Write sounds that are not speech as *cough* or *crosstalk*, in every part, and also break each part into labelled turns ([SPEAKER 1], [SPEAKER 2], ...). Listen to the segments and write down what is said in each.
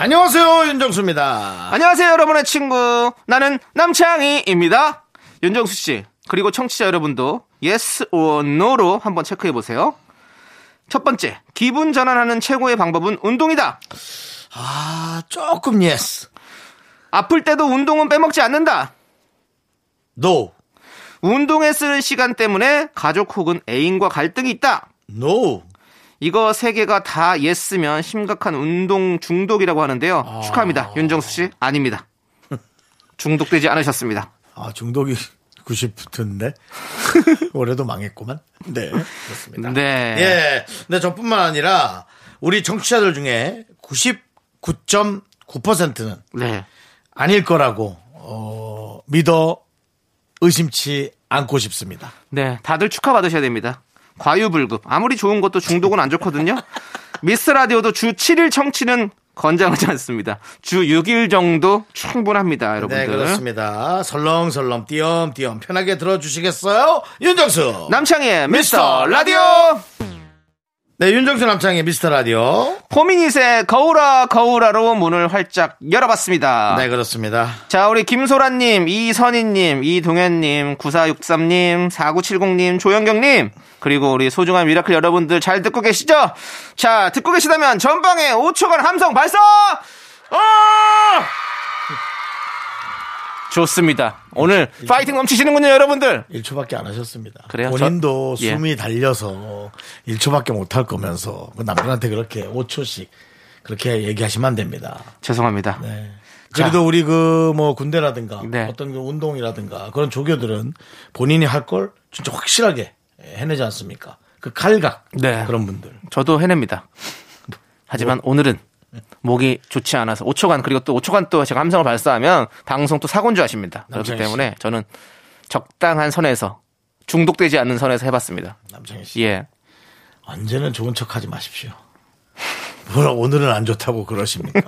[SPEAKER 1] 안녕하세요 윤정수입니다.
[SPEAKER 2] 안녕하세요, 여러분의 친구. 나는 남창희입니다. 윤정수 씨, 그리고 청취자 여러분도 yes or no로 한번 체크해 보세요. 첫 번째, 기분 전환하는 최고의 방법은 운동이다.
[SPEAKER 1] 아 조금 예스
[SPEAKER 2] 아플 때도 운동은 빼먹지 않는다.
[SPEAKER 1] 노
[SPEAKER 2] 운동에 쓰는 시간 때문에 가족 혹은 애인과 갈등이 있다.
[SPEAKER 1] 노.
[SPEAKER 2] 이거 세 개가 다 예스면 심각한 운동 중독이라고 하는데요. 축하합니다. 윤정수 씨, 아닙니다. 중독되지 않으셨습니다.
[SPEAKER 1] 아 중독이
[SPEAKER 2] *laughs*
[SPEAKER 1] 90%인데 올해도 망했구만. 네 그렇습니다.
[SPEAKER 2] 네.
[SPEAKER 1] 예, 근데 저뿐만 아니라 우리 정치자들 중에 99.9%는
[SPEAKER 2] 네.
[SPEAKER 1] 아닐 거라고 어, 믿어 의심치 않고 싶습니다.
[SPEAKER 2] 네, 다들 축하받으셔야 됩니다. 과유불급. 아무리 좋은 것도 중독은 안 좋거든요. 미스 라디오도 주 7일 청취는 건장하지 않습니다. 주 6일 정도 충분합니다, 여러분들.
[SPEAKER 1] 네, 그렇습니다. 설렁설렁 띄엄띄엄 편하게 들어주시겠어요? 윤정수!
[SPEAKER 2] 남창희의
[SPEAKER 1] 미스터
[SPEAKER 2] 미스터 라디오!
[SPEAKER 1] 네, 윤정수 남창의 미스터 라디오.
[SPEAKER 2] 포미닛의 거울아, 거울아로 문을 활짝 열어봤습니다.
[SPEAKER 1] 네, 그렇습니다.
[SPEAKER 2] 자, 우리 김소라님, 이선희님, 이동현님, 9463님, 4970님, 조영경님, 그리고 우리 소중한 미라클 여러분들 잘 듣고 계시죠? 자, 듣고 계시다면 전방에 5초간 함성 발사! 아! 좋습니다. 오늘 파이팅 넘치시는군요, 여러분들!
[SPEAKER 1] 1초밖에 안 하셨습니다.
[SPEAKER 2] 그래요?
[SPEAKER 1] 본인도
[SPEAKER 2] 저- 예.
[SPEAKER 1] 숨이 달려서 1초밖에 못 할 거면서 그 남편한테 그렇게 5초씩 그렇게 얘기하시면 안 됩니다.
[SPEAKER 2] 죄송합니다.
[SPEAKER 1] 네. 그래도 우리 그 뭐 군대라든가
[SPEAKER 2] 네.
[SPEAKER 1] 어떤 그 운동이라든가 그런 조교들은 본인이 할 걸 진짜 확실하게 해내지 않습니까? 그 칼각
[SPEAKER 2] 네.
[SPEAKER 1] 그런 분들.
[SPEAKER 2] 저도 해냅니다. 하지만
[SPEAKER 1] 뭐?
[SPEAKER 2] 오늘은 목이 좋지 않아서 5초간 그리고 또 5초간 또 제가 함성을 발사하면 방송 또 사고인 줄 아십니다. 그렇기
[SPEAKER 1] 남창희 씨.
[SPEAKER 2] 때문에 저는 적당한 선에서 중독되지 않는 선에서 해봤습니다.
[SPEAKER 1] 남창희 씨
[SPEAKER 2] 예.
[SPEAKER 1] 언제는 좋은 척하지 마십시오. 뭐라 오늘은 안 좋다고 그러십니까?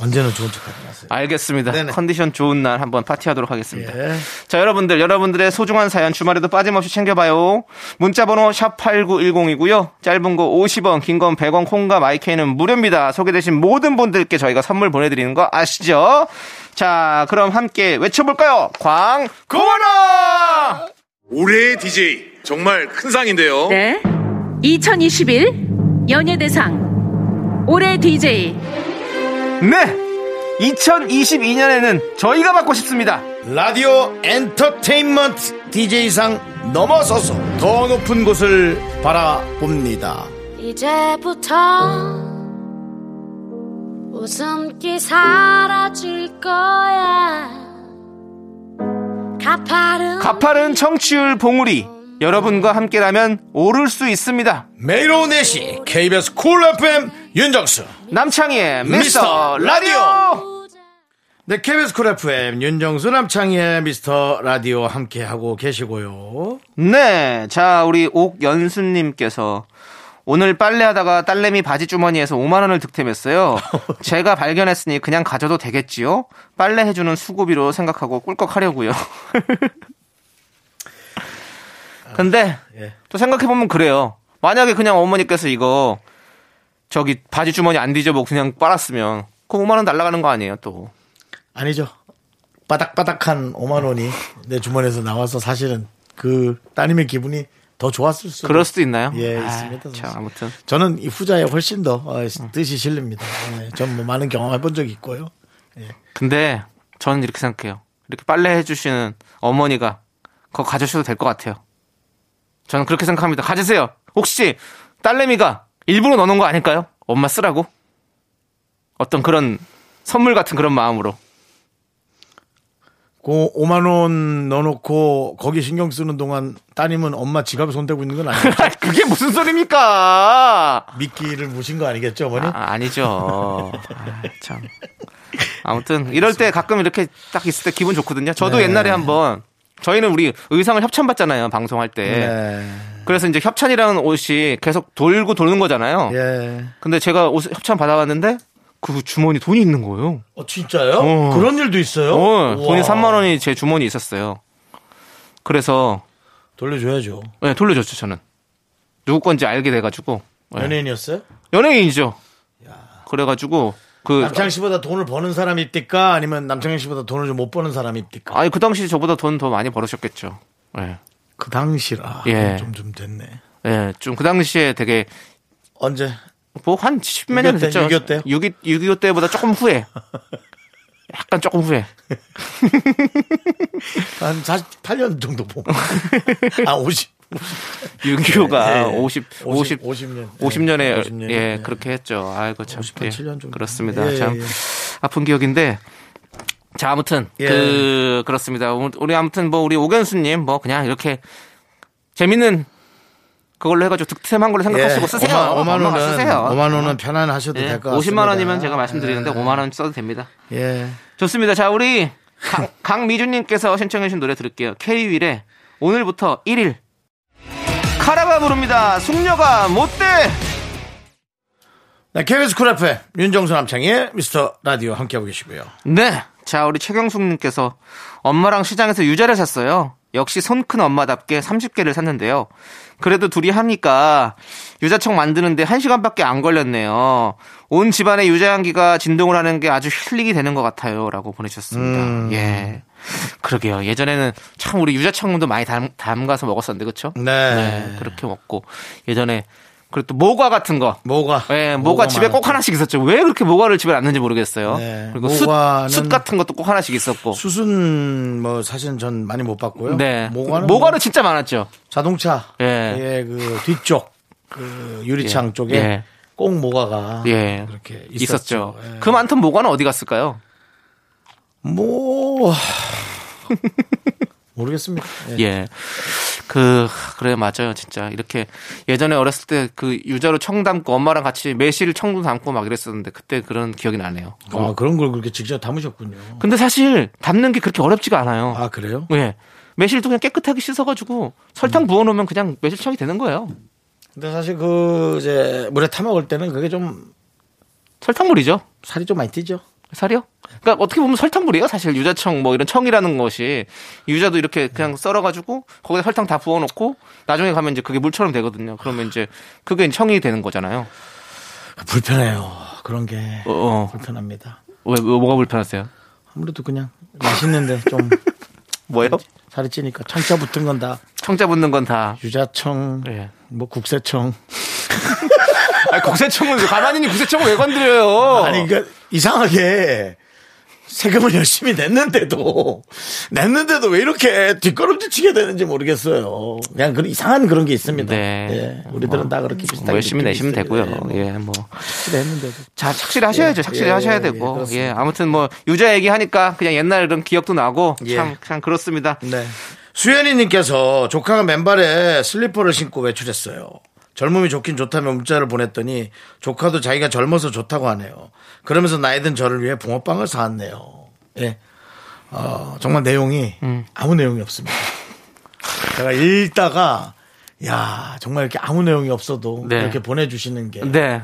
[SPEAKER 1] 언제는 좋은 척하지 마세요.
[SPEAKER 2] 알겠습니다.
[SPEAKER 1] 네네.
[SPEAKER 2] 컨디션 좋은 날 한번 파티하도록 하겠습니다.
[SPEAKER 1] 예.
[SPEAKER 2] 자, 여러분들, 여러분들의 소중한 사연 주말에도 빠짐없이 챙겨봐요. 문자번호 샵8910이고요. 짧은 거 50원, 긴 건 100원, 콩과 마이케이는 무료입니다. 소개되신 모든 분들께 저희가 선물 보내드리는 거 아시죠? 자, 그럼 함께 외쳐볼까요? 광, 고마워!
[SPEAKER 3] 올해의 DJ 정말 큰 상인데요.
[SPEAKER 4] 네. 2021 연예대상 올해 DJ
[SPEAKER 2] 네! 2022년에는 저희가 받고 싶습니다.
[SPEAKER 1] 라디오 엔터테인먼트 DJ상 넘어서서 더 높은 곳을 바라봅니다.
[SPEAKER 5] 이제부터 웃음기 사라질 거야 가파른
[SPEAKER 2] 가파른 청취율 봉우리. 여러분과 함께라면 오를 수 있습니다.
[SPEAKER 1] 매일 오후 4시 KBS 쿨 FM 윤정수
[SPEAKER 2] 남창희의
[SPEAKER 1] 미스터
[SPEAKER 2] 미스터 라디오!
[SPEAKER 1] 네, KBS 쿨 FM 윤정수 남창희의 미스터 라디오 함께하고 계시고요.
[SPEAKER 2] 네. 자, 우리 옥연수님께서 오늘 빨래하다가 딸내미 바지 주머니에서
[SPEAKER 1] *laughs*
[SPEAKER 2] 5만원을 득템했어요. 제가 발견했으니 그냥 가져도 되겠지요? 빨래해주는 수고비로 생각하고 꿀꺽 하려고요. *laughs* 근데
[SPEAKER 1] 예.
[SPEAKER 2] 또 생각해보면 그래요. 만약에 그냥 어머니께서 이거 저기 바지 주머니 안 뒤져보고 그냥 빨았으면 그 5만원 날라가는 거 아니에요, 또.
[SPEAKER 1] 아니죠. 바닥바닥한 5만 원이 내 주머니에서 나와서 사실은 그 따님의 기분이 더 좋았을 수도
[SPEAKER 2] 그럴 수도 있나요?
[SPEAKER 1] 예,
[SPEAKER 2] 아,
[SPEAKER 1] 있습니다.
[SPEAKER 2] 참, 아무튼.
[SPEAKER 1] 저는 이 후자에 훨씬 더 어, 뜻이 실립니다. 예, 전뭐 많은 경험해 본 적이 있고요.
[SPEAKER 2] 근데 저는 이렇게 생각해요. 이렇게 빨래 해주시는 어머니가 그거 가져셔도 될 것 같아요. 저는 그렇게 생각합니다. 가지세요. 혹시 딸내미가 일부러 넣어놓은 거 아닐까요? 엄마 쓰라고? 어떤 그런 선물 같은 그런 마음으로. *laughs*
[SPEAKER 1] 그 5만 원 넣어놓고 거기 신경 쓰는 동안 따님은 엄마 지갑에 손대고 있는 건
[SPEAKER 2] *laughs*
[SPEAKER 1] 아니에요.
[SPEAKER 2] 그게 무슨 소리입니까?
[SPEAKER 1] 미끼를 무신 거 아니겠죠, 어머니?
[SPEAKER 2] 아, 아니죠. 아, 참. 아무튼 이럴 때 가끔 이렇게 딱 있을 때 기분 좋거든요. 저도 옛날에 한번 저희는 우리 의상을 협찬받잖아요. 방송할 때.
[SPEAKER 1] 네.
[SPEAKER 2] 그래서 이제 협찬이라는 옷이 계속 돌고 도는 거잖아요.
[SPEAKER 1] 예.
[SPEAKER 2] 근데 제가 옷 협찬 받아왔는데 그 주머니 돈이 있는 거예요.
[SPEAKER 1] 어, 진짜요?
[SPEAKER 2] 어.
[SPEAKER 1] 그런 일도 있어요?
[SPEAKER 2] 어, 돈이
[SPEAKER 1] 우와.
[SPEAKER 2] 3만 원이 제 주머니에 있었어요. 그래서
[SPEAKER 1] 돌려줘야죠.
[SPEAKER 2] 네, 돌려줬죠 저는. 누구 건지 알게 돼가지고 네.
[SPEAKER 1] 연예인이었어요?
[SPEAKER 2] 연예인이죠. 그래가지고 그
[SPEAKER 1] 남창 씨보다 돈을 버는 사람이 입니까? 아니면 남창 씨보다 돈을 좀 못 버는 사람이 입니까?
[SPEAKER 2] 아니 그 당시 저보다 돈 더 많이 벌으셨겠죠. 예,
[SPEAKER 1] 그 당시라.
[SPEAKER 2] 예.
[SPEAKER 1] 좀, 좀 됐네.
[SPEAKER 2] 예, 좀 그 당시에 되게
[SPEAKER 1] 언제?
[SPEAKER 2] 뭐 한 10몇 년
[SPEAKER 1] 6.25
[SPEAKER 2] 됐죠.
[SPEAKER 1] 때, 6.25 때요?
[SPEAKER 2] 6.25 6.25 때보다 조금 후에.
[SPEAKER 1] *laughs*
[SPEAKER 2] 약간 조금 후에.
[SPEAKER 1] 한 48년 정도 보면. 아, 50.
[SPEAKER 2] 6.25가
[SPEAKER 1] 예, 예.
[SPEAKER 2] 50, 50,
[SPEAKER 1] 50 년.
[SPEAKER 2] 50년에,
[SPEAKER 1] 50 년.
[SPEAKER 2] 예,
[SPEAKER 1] 예.
[SPEAKER 2] 그렇게 했죠. 아이고, 참.
[SPEAKER 1] 58,
[SPEAKER 2] 예,
[SPEAKER 1] 7년 정도.
[SPEAKER 2] 그렇습니다.
[SPEAKER 1] 예,
[SPEAKER 2] 참.
[SPEAKER 1] 예.
[SPEAKER 2] 아픈 기억인데. 자, 아무튼.
[SPEAKER 1] 예.
[SPEAKER 2] 그, 그렇습니다. 오늘 우리 아무튼 뭐, 우리 오견수님, 뭐, 그냥 이렇게 재밌는 그걸로 해가지고 득템한 걸로 생각하시고 쓰세요.
[SPEAKER 1] 5만
[SPEAKER 2] 엄마가
[SPEAKER 1] 예. 원은,
[SPEAKER 2] 쓰세요.
[SPEAKER 1] 5만 원은 편안하셔도
[SPEAKER 2] 예,
[SPEAKER 1] 될 것 같습니다.
[SPEAKER 2] 50만 원이면 제가 말씀드리는데 5만 원 써도 됩니다.
[SPEAKER 1] 예.
[SPEAKER 2] 좋습니다. 자, 우리 강, 강미주님께서 신청해주신 노래 들을게요. K-윌의 오늘부터 1일. 카라가 부릅니다. 숙녀가 못돼!
[SPEAKER 1] 네, KBS 쿨 FM 윤정수 남창희의 미스터 라디오 함께하고 계시고요.
[SPEAKER 2] 네. 자, 우리 최경숙님께서 엄마랑 시장에서 유자를 샀어요. 역시 손 큰 엄마답게 30개를 샀는데요. 그래도 둘이 하니까 유자청 만드는데 1시간밖에 안 걸렸네요. 온 집안의 유자 향기가 진동을 하는 게 아주 힐링이 되는 것 같아요. 라고 보내주셨습니다. 예. 그러게요. 예전에는 참 우리 유자청도 많이 담, 담가서 먹었었는데, 그쵸?
[SPEAKER 1] 네.
[SPEAKER 2] 네, 그렇게 먹고 예전에 그리고 또 모과 같은 거.
[SPEAKER 1] 모가.
[SPEAKER 2] 예, 모가, 집에 꼭
[SPEAKER 1] 많았죠.
[SPEAKER 2] 하나씩 있었죠. 왜 그렇게 모과를 집에 놨는지 모르겠어요.
[SPEAKER 1] 네,
[SPEAKER 2] 그리고 숯,
[SPEAKER 1] 모과는-
[SPEAKER 2] 숯 같은 것도 꼭 하나씩 있었고.
[SPEAKER 1] 수순 뭐 사실은 전 많이 못 봤고요.
[SPEAKER 2] 네.
[SPEAKER 1] 모가는,
[SPEAKER 2] 모과는,
[SPEAKER 1] 뭐
[SPEAKER 2] 진짜 많았죠.
[SPEAKER 1] 자동차
[SPEAKER 2] 예.
[SPEAKER 1] 예, 그 뒤쪽 그 유리창
[SPEAKER 2] 예.
[SPEAKER 1] 쪽에
[SPEAKER 2] 예.
[SPEAKER 1] 꼭 모가가
[SPEAKER 2] 예.
[SPEAKER 1] 아, 그렇게
[SPEAKER 2] 있었죠.
[SPEAKER 1] 있었죠. 예.
[SPEAKER 2] 그 많던 모과는 어디 갔을까요?
[SPEAKER 1] 뭐 *laughs* 모르겠습니다. 예.
[SPEAKER 2] 예. 그, 그래, 맞아요. 진짜. 이렇게 예전에 어렸을 때 그 유자로 청 담고 엄마랑 같이 매실 청도 담고 막 이랬었는데 그때 그런 기억이 나네요.
[SPEAKER 1] 아 그런 걸 그렇게 직접 담으셨군요.
[SPEAKER 2] 근데 사실 담는 게 그렇게 어렵지가 않아요.
[SPEAKER 1] 아 그래요? 음.
[SPEAKER 2] 예. 매실도 그냥 깨끗하게 씻어가지고 설탕 부어놓으면 그냥 매실청이 되는 거예요.
[SPEAKER 1] 근데 사실 그 이제 물에 타 먹을 때는 그게 좀
[SPEAKER 2] 설탕물이죠.
[SPEAKER 1] 살이 좀 많이 찌죠.
[SPEAKER 2] 살이요? 그러니까 어떻게 보면 설탕물이에요. 사실 유자청 뭐 이런 청이라는 것이 유자도 이렇게 그냥 썰어가지고 거기다 설탕 다 부어놓고 나중에 가면 이제 그게 물처럼 되거든요. 그러면 이제 그게 이제 청이 되는 거잖아요.
[SPEAKER 1] 불편해요. 그런 게
[SPEAKER 2] 어, 어.
[SPEAKER 1] 불편합니다.
[SPEAKER 2] 왜, 왜, 뭐가 불편하세요?
[SPEAKER 1] 아무래도 그냥 맛있는데
[SPEAKER 2] *laughs*
[SPEAKER 1] 좀
[SPEAKER 2] 뭐예요?
[SPEAKER 1] 살이 찌니까 청자 붙은 건 다
[SPEAKER 2] 청자 붙는 건 다.
[SPEAKER 1] 유자청,
[SPEAKER 2] 예.
[SPEAKER 1] 뭐 국세청.
[SPEAKER 2] 아니, 국세청은 가만히 있는 국세청을 왜 건드려요?
[SPEAKER 1] 아니 그러니까 이상하게 세금을 열심히 냈는데도 냈는데도 왜 이렇게 뒷걸음질치게 되는지 모르겠어요. 그냥 그런 이상한 그런 게 있습니다.
[SPEAKER 2] 네.
[SPEAKER 1] 예. 우리들은
[SPEAKER 2] 뭐,
[SPEAKER 1] 다 그렇게 비슷하게
[SPEAKER 2] 뭐 열심히
[SPEAKER 1] 느낌이
[SPEAKER 2] 내시면
[SPEAKER 1] 있어요.
[SPEAKER 2] 되고요.
[SPEAKER 1] 예,
[SPEAKER 2] 예, 뭐.
[SPEAKER 1] 뭐 냈는데도
[SPEAKER 2] 자, 착실히 하셔야죠.
[SPEAKER 1] 예,
[SPEAKER 2] 착실히
[SPEAKER 1] 예,
[SPEAKER 2] 하셔야
[SPEAKER 1] 예, 예,
[SPEAKER 2] 되고. 예,
[SPEAKER 1] 그렇습니다.
[SPEAKER 2] 아무튼 뭐, 유자 얘기하니까 그냥 옛날 이런 기억도 나고.
[SPEAKER 1] 예.
[SPEAKER 2] 참, 참 그렇습니다.
[SPEAKER 1] 네. 수현이님께서 조카가 맨발에 슬리퍼를 신고 외출했어요. 젊음이 좋긴 좋다며 문자를 보냈더니 조카도 자기가 젊어서 좋다고 하네요. 그러면서 나이든 저를 위해 붕어빵을 사왔네요. 예. 어, 정말 내용이
[SPEAKER 2] 음.
[SPEAKER 1] 아무 내용이 없습니다. 제가 읽다가 야 정말 이렇게 아무 내용이 없어도
[SPEAKER 2] 네.
[SPEAKER 1] 이렇게 보내주시는 게
[SPEAKER 2] 네.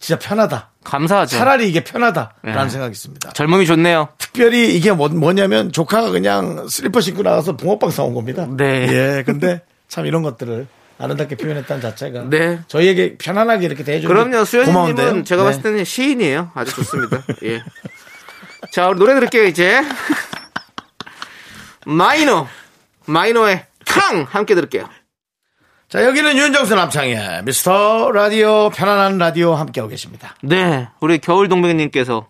[SPEAKER 1] 진짜 편하다.
[SPEAKER 2] 감사하죠.
[SPEAKER 1] 차라리 이게 편하다라는
[SPEAKER 2] 네.
[SPEAKER 1] 생각이 있습니다.
[SPEAKER 2] 젊음이 좋네요.
[SPEAKER 1] 특별히 이게 뭐, 뭐냐면 조카가 그냥 슬리퍼 신고 나가서 붕어빵 사온 겁니다.
[SPEAKER 2] 네.
[SPEAKER 1] 예, 근데 참 이런 것들을 아름답게 표현했다는 자체가
[SPEAKER 2] 네.
[SPEAKER 1] 저희에게 편안하게 이렇게 대해주는
[SPEAKER 2] 그럼요.
[SPEAKER 1] 게
[SPEAKER 2] 수현님은
[SPEAKER 1] 고마운데요.
[SPEAKER 2] 제가
[SPEAKER 1] 네.
[SPEAKER 2] 봤을 때는 시인이에요. 아주 좋습니다. 예. 자, 우리 노래 들을게요, 이제. *laughs* 마이너. 마이너의 캉! 함께 들을게요.
[SPEAKER 1] 자 여기는 윤정수 남창의 미스터 라디오 편안한 라디오 함께하고 계십니다.
[SPEAKER 2] 네. 우리 겨울동백님께서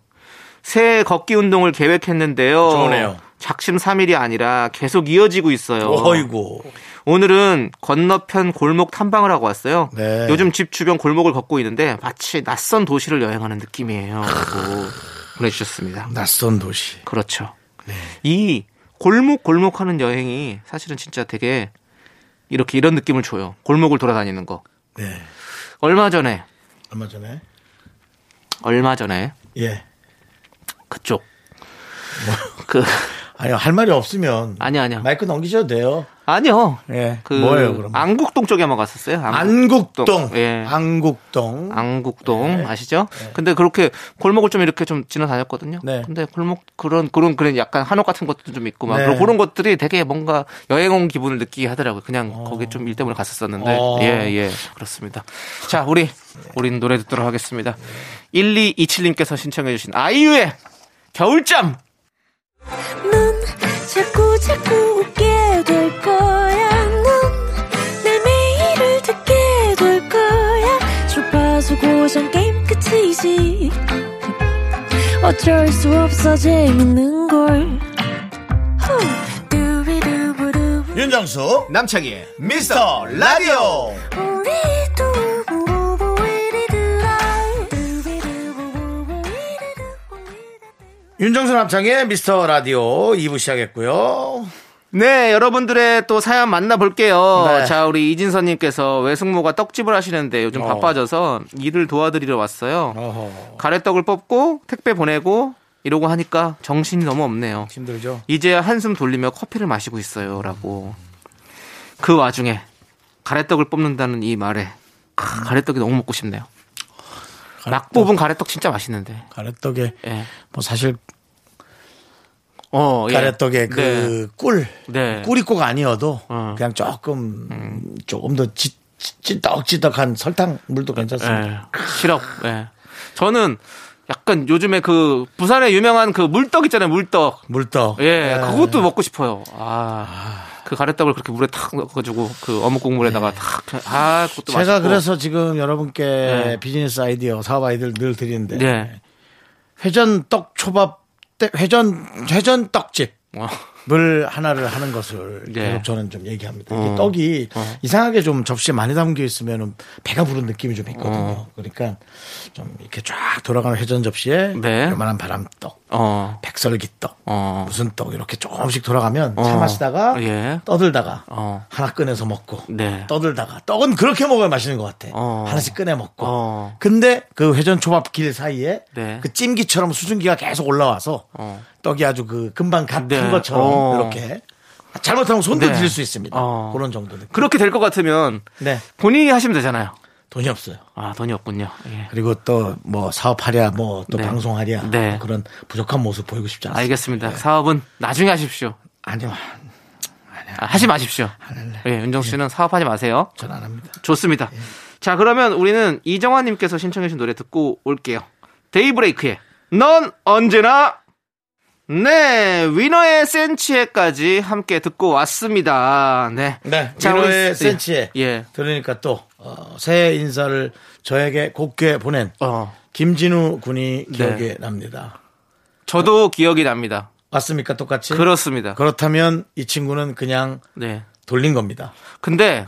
[SPEAKER 2] 새해 걷기 운동을 계획했는데요.
[SPEAKER 1] 좋네요.
[SPEAKER 2] 작심 삼일이 아니라 계속 이어지고 있어요.
[SPEAKER 1] 어이구
[SPEAKER 2] 오늘은 건너편 골목 탐방을 하고 왔어요.
[SPEAKER 1] 네.
[SPEAKER 2] 요즘 집 주변 골목을 걷고 있는데 마치 낯선 도시를 여행하는 느낌이에요. 라고 보내주셨습니다.
[SPEAKER 1] 낯선 도시.
[SPEAKER 2] 그렇죠.
[SPEAKER 1] 네.
[SPEAKER 2] 이 골목 골목 하는 여행이 사실은 진짜 되게 이렇게 이런 느낌을 줘요. 골목을 돌아다니는 거.
[SPEAKER 1] 네
[SPEAKER 2] 얼마 전에
[SPEAKER 1] 얼마 전에
[SPEAKER 2] 얼마 전에
[SPEAKER 1] 예
[SPEAKER 2] 그쪽
[SPEAKER 1] 뭐?
[SPEAKER 2] 그
[SPEAKER 1] 아니요, 할 말이 없으면.
[SPEAKER 2] 아니요, 아니요.
[SPEAKER 1] 마이크 넘기셔도 돼요.
[SPEAKER 2] 아니요.
[SPEAKER 1] 예,
[SPEAKER 2] 그
[SPEAKER 1] 뭐예요, 그럼?
[SPEAKER 2] 안국동 쪽에 한번 갔었어요.
[SPEAKER 1] 안국동.
[SPEAKER 2] 예. 아.
[SPEAKER 1] 안국동.
[SPEAKER 2] 안국동
[SPEAKER 1] 네.
[SPEAKER 2] 아시죠? 근데 그렇게 골목을 좀 이렇게 좀 지나다녔거든요.
[SPEAKER 1] 네.
[SPEAKER 2] 근데 골목 그런 그런 그런 약간 한옥 같은 것도 좀 있고 막
[SPEAKER 1] 네.
[SPEAKER 2] 그런- 그런 것들이 되게 뭔가 여행 온 기분을 느끼게 하더라고요. 그냥 거기 좀 일 때문에 갔었었는데
[SPEAKER 1] 어.
[SPEAKER 2] 예 예 그렇습니다. 자 우리 우린 노래 듣도록 하겠습니다. 1227님께서 신청해주신 아이유의 겨울잠
[SPEAKER 6] 넌 자꾸 자꾸 웃게 될 거야. 넌내 매일을 듣게 될 거야. 주파수 고정 게임 끝이지. 어쩔 수 없어 재밌는 걸. 후. 두비두부두.
[SPEAKER 1] 윤정수.
[SPEAKER 2] 남창희의
[SPEAKER 1] 미스터 라디오.
[SPEAKER 6] 우리 두부부부 우리들아. 두비두부부부 우리들아.
[SPEAKER 1] 윤정수 남창의 미스터 라디오 2부 시작했고요.
[SPEAKER 2] 네, 여러분들의 또 사연 만나볼게요.
[SPEAKER 1] 네.
[SPEAKER 2] 자, 우리 이진서님께서 외숙모가 떡집을 하시는데 요즘
[SPEAKER 1] 어.
[SPEAKER 2] 바빠져서 일을 도와드리러 왔어요.
[SPEAKER 1] 어허.
[SPEAKER 2] 가래떡을 뽑고 택배 보내고 이러고 하니까 정신이 너무 없네요.
[SPEAKER 1] 힘들죠?
[SPEAKER 2] 이제야 한숨 돌리며 커피를 마시고 있어요. 라고. 그 와중에 가래떡을 뽑는다는 이 말에 크, 가래떡이 너무 먹고 싶네요. 막 뽑은 가래떡 진짜 맛있는데.
[SPEAKER 1] 가래떡에,
[SPEAKER 2] 예.
[SPEAKER 1] 뭐 사실
[SPEAKER 2] 어, 예.
[SPEAKER 1] 가래떡에 그 꿀.
[SPEAKER 2] 네.
[SPEAKER 1] 꿀이 꼭 아니어도
[SPEAKER 2] 어. 음.
[SPEAKER 1] 그냥 조금, 조금 더 찌, 찌- 찌떡찌떡한 설탕 물도 괜찮습니다.
[SPEAKER 2] 예. 시럽. 예. 저는 약간 요즘에 그 부산에 유명한 그 물떡 있잖아요. 물떡.
[SPEAKER 1] 물떡.
[SPEAKER 2] 예,
[SPEAKER 1] 예.
[SPEAKER 2] 그것도 먹고 싶어요. 아. 그 가래떡을 그렇게 물에 탁 넣어가지고 그 어묵 국물에다가 탁. 아, 그것도
[SPEAKER 1] 예. 제가
[SPEAKER 2] 맛있고.
[SPEAKER 1] 그래서 지금 여러분께
[SPEAKER 2] 네.
[SPEAKER 1] 비즈니스 아이디어, 사업 아이디어를 늘 드리는데
[SPEAKER 2] 네.
[SPEAKER 1] 예. 회전 떡 초밥, 때- 회전 회전 떡집.
[SPEAKER 2] 어.
[SPEAKER 1] 물 하나를 하는 것을
[SPEAKER 2] 네. 음. 어.
[SPEAKER 1] 계속 저는 좀 얘기합니다. 이게 떡이 이상하게 좀 접시에 많이 담겨 있으면 배가 부른 느낌이 좀
[SPEAKER 2] 어.
[SPEAKER 1] 있거든요. 그러니까 좀 이렇게 쫙 돌아가는 회전 접시에
[SPEAKER 2] 네.
[SPEAKER 1] 요만한 바람떡,
[SPEAKER 2] 어.
[SPEAKER 1] 백설기떡,
[SPEAKER 2] 어.
[SPEAKER 1] 무슨 떡 이렇게 조금씩 돌아가면 차 마시다가
[SPEAKER 2] 예.
[SPEAKER 1] 떠들다가
[SPEAKER 2] 어.
[SPEAKER 1] 하나 꺼내서 먹고
[SPEAKER 2] 네.
[SPEAKER 1] 떠들다가 떡은 그렇게 먹어야 맛있는 것 같아.
[SPEAKER 2] 어.
[SPEAKER 1] 하나씩 꺼내 먹고.
[SPEAKER 2] 어.
[SPEAKER 1] 근데 그 회전 초밥 길 사이에
[SPEAKER 2] 네.
[SPEAKER 1] 그 찜기처럼 수증기가 계속 올라와서
[SPEAKER 2] 어.
[SPEAKER 1] 떡이 아주 그 금방 갓한
[SPEAKER 2] 네.
[SPEAKER 1] 것처럼
[SPEAKER 2] 어.
[SPEAKER 1] 이렇게 잘못하면 손도
[SPEAKER 2] 네.
[SPEAKER 1] 들릴 수 있습니다.
[SPEAKER 2] 어.
[SPEAKER 1] 그런 정도 느낌.
[SPEAKER 2] 그렇게 될 것 같으면
[SPEAKER 1] 네.
[SPEAKER 2] 본인이 하시면 되잖아요.
[SPEAKER 1] 돈이 없어요.
[SPEAKER 2] 아, 돈이 없군요. 예.
[SPEAKER 1] 그리고 또 뭐 사업하랴 뭐 또
[SPEAKER 2] 네.
[SPEAKER 1] 방송하랴
[SPEAKER 2] 네.
[SPEAKER 1] 뭐 그런 부족한 모습 보이고 싶지 않습니다.
[SPEAKER 2] 알겠습니다. 사업은 나중에 하십시오.
[SPEAKER 1] 아니요. 네.
[SPEAKER 2] 아, 하지 마십시오. 예, 윤정 씨는 사업하지 마세요.
[SPEAKER 1] 전 안 합니다.
[SPEAKER 2] 좋습니다. 자, 그러면 우리는 이정환님께서 신청해주신 노래 듣고 올게요. 데이브레이크의 넌 언제나 네 위너의 센치에까지 함께 듣고 왔습니다. 네,
[SPEAKER 1] 네.
[SPEAKER 2] 자, 우리
[SPEAKER 1] 위로의
[SPEAKER 2] 스- 예.
[SPEAKER 1] 센치에
[SPEAKER 2] 예,
[SPEAKER 1] 들으니까 또 어, 새해 인사를 저에게 곱게 보낸
[SPEAKER 2] 어,
[SPEAKER 1] 김진우 군이 기억에
[SPEAKER 2] 네.
[SPEAKER 1] 납니다.
[SPEAKER 2] 저도 기억이 납니다.
[SPEAKER 1] 맞습니까? 똑같이?
[SPEAKER 2] 그렇습니다.
[SPEAKER 1] 그렇다면 이 친구는 그냥
[SPEAKER 2] 네,
[SPEAKER 1] 돌린 겁니다.
[SPEAKER 2] 근데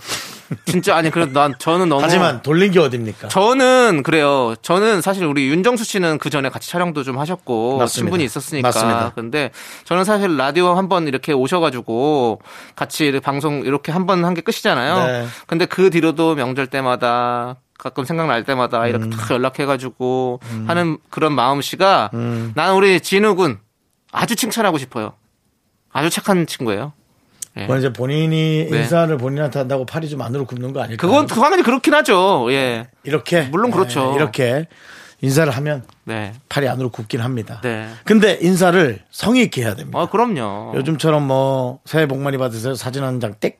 [SPEAKER 2] 진짜 아니 그래도 난 저는 너무
[SPEAKER 1] 하지만 돌린 게 어딥니까?
[SPEAKER 2] 저는 그래요. 저는 사실 우리 윤정수 씨는 그 전에 같이 촬영도 좀 하셨고
[SPEAKER 1] 맞습니다.
[SPEAKER 2] 친분이 있었으니까.
[SPEAKER 1] 맞습니다.
[SPEAKER 2] 근데 저는 사실 라디오 한번 이렇게 오셔가지고 같이 이렇게 방송 이렇게 한 번 한 게 끝이잖아요.
[SPEAKER 1] 네.
[SPEAKER 2] 근데 그 뒤로도 명절 때마다 가끔 생각날 때마다
[SPEAKER 1] 음.
[SPEAKER 2] 이렇게 탁 연락해가지고 하는 그런 마음씨가 난 우리 진우군 아주 칭찬하고 싶어요. 아주 착한 친구예요. 예.
[SPEAKER 1] 그건 이제 본인이
[SPEAKER 2] 네.
[SPEAKER 1] 인사를 본인한테 한다고 팔이 좀 안으로 굽는 거 아닐까요?
[SPEAKER 2] 그건 당연히 그렇긴 하죠. 예.
[SPEAKER 1] 이렇게
[SPEAKER 2] 물론 그렇죠.
[SPEAKER 1] 네, 이렇게 인사를 하면
[SPEAKER 2] 네.
[SPEAKER 1] 팔이 안으로 굽긴 합니다.
[SPEAKER 2] 네.
[SPEAKER 1] 근데 인사를 성의 있게 해야 됩니다.
[SPEAKER 2] 아 그럼요.
[SPEAKER 1] 어. 요즘처럼 뭐 새해 복 많이 받으세요 사진 한 장 땡.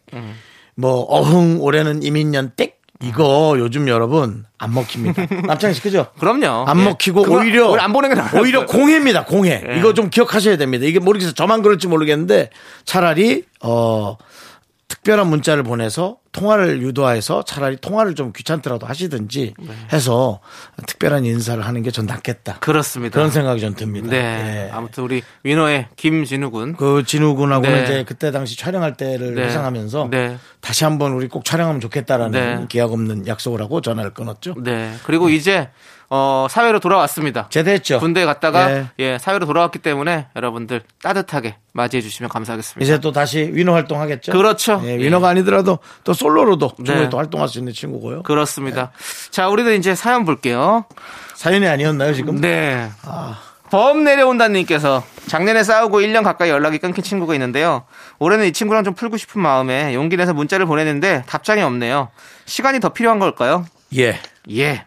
[SPEAKER 1] 뭐 어흥 올해는 이민년 땡. 이거 요즘 여러분 안
[SPEAKER 2] *laughs*
[SPEAKER 1] 먹힙니다. 남창희 씨 그죠?
[SPEAKER 2] 그럼요.
[SPEAKER 1] 안
[SPEAKER 2] 예.
[SPEAKER 1] 먹히고
[SPEAKER 2] 그건
[SPEAKER 1] 오히려
[SPEAKER 2] 오히려 안 보내는 게 나아요. 예.
[SPEAKER 1] 오히려 공해입니다. 공해. 이거 좀 기억하셔야 됩니다. 이게 모르겠어요. 저만 그럴지 모르겠는데 차라리 어 특별한 문자를 보내서 통화를 유도해서 차라리 통화를 좀 귀찮더라도 하시든지
[SPEAKER 2] 네.
[SPEAKER 1] 해서 특별한 인사를 하는 게 전 낫겠다.
[SPEAKER 2] 그렇습니다.
[SPEAKER 1] 그런 생각이 전 듭니다.
[SPEAKER 2] 네.
[SPEAKER 1] 예.
[SPEAKER 2] 아무튼 우리 위너의 김진우 군.
[SPEAKER 1] 그 진우 군하고는
[SPEAKER 2] 네.
[SPEAKER 1] 이제 그때 당시 촬영할 때를
[SPEAKER 2] 네.
[SPEAKER 1] 회상하면서
[SPEAKER 2] 네.
[SPEAKER 1] 다시 한번 우리 꼭 촬영하면 좋겠다라는
[SPEAKER 2] 네.
[SPEAKER 1] 기약 없는 약속을 하고 전화를 끊었죠.
[SPEAKER 2] 네. 그리고 이제 어 사회로 돌아왔습니다.
[SPEAKER 1] 음. 제대했죠.
[SPEAKER 2] 군대 갔다가
[SPEAKER 1] 예.
[SPEAKER 2] 예, 사회로 돌아왔기 때문에 여러분들 따뜻하게 맞이해 주시면 감사하겠습니다.
[SPEAKER 1] 이제 또 다시 위너 활동하겠죠.
[SPEAKER 2] 그렇죠.
[SPEAKER 1] 예, 위너가 아니더라도 또 솔로로도 충분히
[SPEAKER 2] 네. 그
[SPEAKER 1] 또 활동할 수 있는 친구고요.
[SPEAKER 2] 그렇습니다. 자, 우리는 이제 사연 볼게요.
[SPEAKER 1] 사연이 음. 아니었나요 지금?
[SPEAKER 2] 네. 범 내려온다님께서 작년에 싸우고 1년 가까이 연락이 끊긴 친구가 있는데요. 올해는 이 친구랑 좀 풀고 싶은 마음에 용기 내서 문자를 보냈는데 답장이 없네요. 시간이 더 필요한 걸까요?
[SPEAKER 1] 예.
[SPEAKER 2] 예.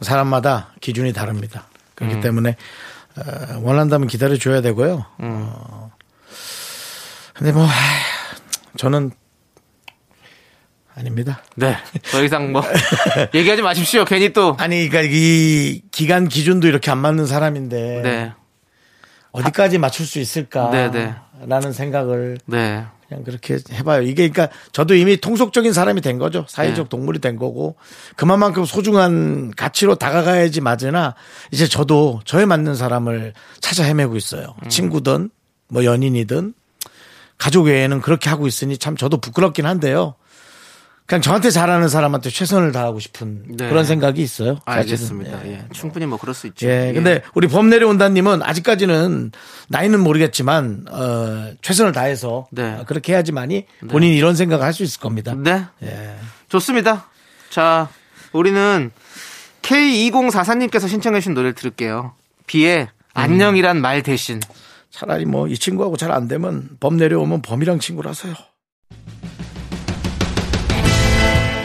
[SPEAKER 1] 사람마다 기준이 다릅니다.
[SPEAKER 2] 음.
[SPEAKER 1] 그렇기 때문에 어, 원한다면 기다려 줘야 되고요.
[SPEAKER 2] 음.
[SPEAKER 1] 어, 근데 뭐 아휴, 저는 아닙니다.
[SPEAKER 2] 네. 더 이상 뭐 얘기하지 마십시오. 괜히 또.
[SPEAKER 1] 아니 그러니까 이 기간 기준도 이렇게 안 맞는 사람인데
[SPEAKER 2] 네.
[SPEAKER 1] 어디까지 맞출 수 있을까라는
[SPEAKER 2] 네, 네.
[SPEAKER 1] 생각을
[SPEAKER 2] 네.
[SPEAKER 1] 그냥 그렇게 해봐요. 이게 그러니까 저도 이미 통속적인 사람이 된 거죠. 사회적
[SPEAKER 2] 네.
[SPEAKER 1] 동물이 된 거고 그만큼 소중한 가치로 다가가야지 맞으나 이제 저도 저에 맞는 사람을 찾아 헤매고 있어요.
[SPEAKER 2] 음.
[SPEAKER 1] 친구든 뭐 연인이든 가족 외에는 그렇게 하고 있으니 참 저도 부끄럽긴 한데요. 그냥 저한테 잘하는 사람한테 최선을 다하고 싶은
[SPEAKER 2] 네.
[SPEAKER 1] 그런 생각이 있어요. 사실은.
[SPEAKER 2] 알겠습니다.
[SPEAKER 1] 예.
[SPEAKER 2] 예. 충분히 뭐 그럴 수 있죠.
[SPEAKER 1] 예, 근데 우리 범 내려온다님은 아직까지는 나이는 모르겠지만 어, 최선을 다해서
[SPEAKER 2] 네.
[SPEAKER 1] 어, 그렇게 해야지만이 본인이 이런 생각을 할 수 있을 겁니다.
[SPEAKER 2] 네.
[SPEAKER 1] 예.
[SPEAKER 2] 좋습니다. 자, 우리는 K2044님께서 신청해주신 노래를 들을게요. 비의 안녕이란 말 대신.
[SPEAKER 1] 차라리 뭐 이 친구하고 잘 안 되면 범 내려오면 범이랑 친구라서요.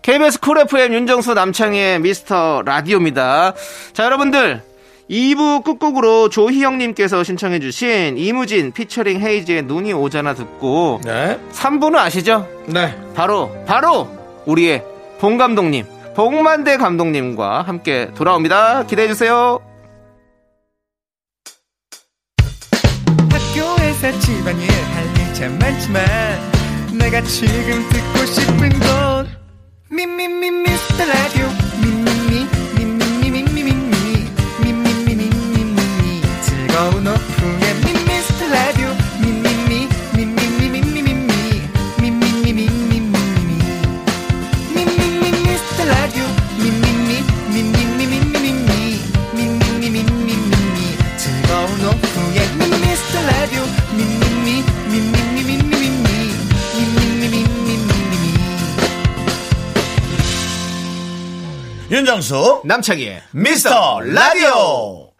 [SPEAKER 2] KBS 쿨 FM 윤정수 남창희의 미스터 라디오입니다. 자 여러분들 2부 끝곡으로 조희영님께서 신청해주신 이무진 피처링 헤이즈의 눈이 오잖아 듣고
[SPEAKER 1] 네.
[SPEAKER 2] 3부는 아시죠?
[SPEAKER 1] 네.
[SPEAKER 2] 바로 바로 우리의 봉 감독님 봉만대 감독님과 함께 돌아옵니다 기대해 주세요.
[SPEAKER 7] 학교에서 집안일 할 일 참 많지만 내가 지금 듣고 싶은 건 미미미 미스터 라디오 미미미 미미미 미미미 미미미 미미미 즐거운 오후에 미스터 라디오 미미미 미미미 미미미 미미미 미미미
[SPEAKER 1] 윤정수
[SPEAKER 2] 남창희의
[SPEAKER 1] 미스터 라디오.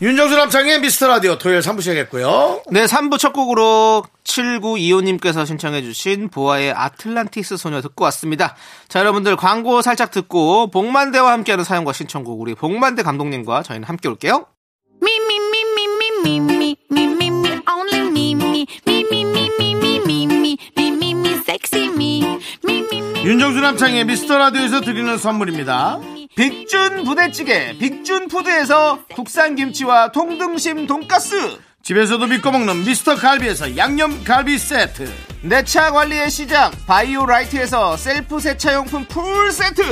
[SPEAKER 1] 윤정수 남창의 미스터 라디오 토요일 3부 시작했고요.
[SPEAKER 2] 네 3부 첫 곡으로 7925님께서 신청해 주신 보아의 아틀란티스 소녀 듣고 왔습니다 자 여러분들 광고 살짝 듣고 복만대와 함께하는 사연과 신청곡 우리 복만대 감독님과 저희는 함께 올게요
[SPEAKER 6] Me, me, me, me, me, me, me, me, me, me, only me, me, me, me, me, me, me, me, me, me, me, me, sexy me, me, me, me.
[SPEAKER 1] 윤정수 남창의 미스터 라디오에서 드리는 선물입니다.
[SPEAKER 2] 빅준 부대찌개 빅준푸드에서 국산 김치와 통등심 돈가스
[SPEAKER 1] 집에서도 믿고 먹는 미스터 갈비에서 양념 갈비 세트.
[SPEAKER 2] 내 차 관리의 시작 바이오라이트에서 셀프 세차용품 풀 세트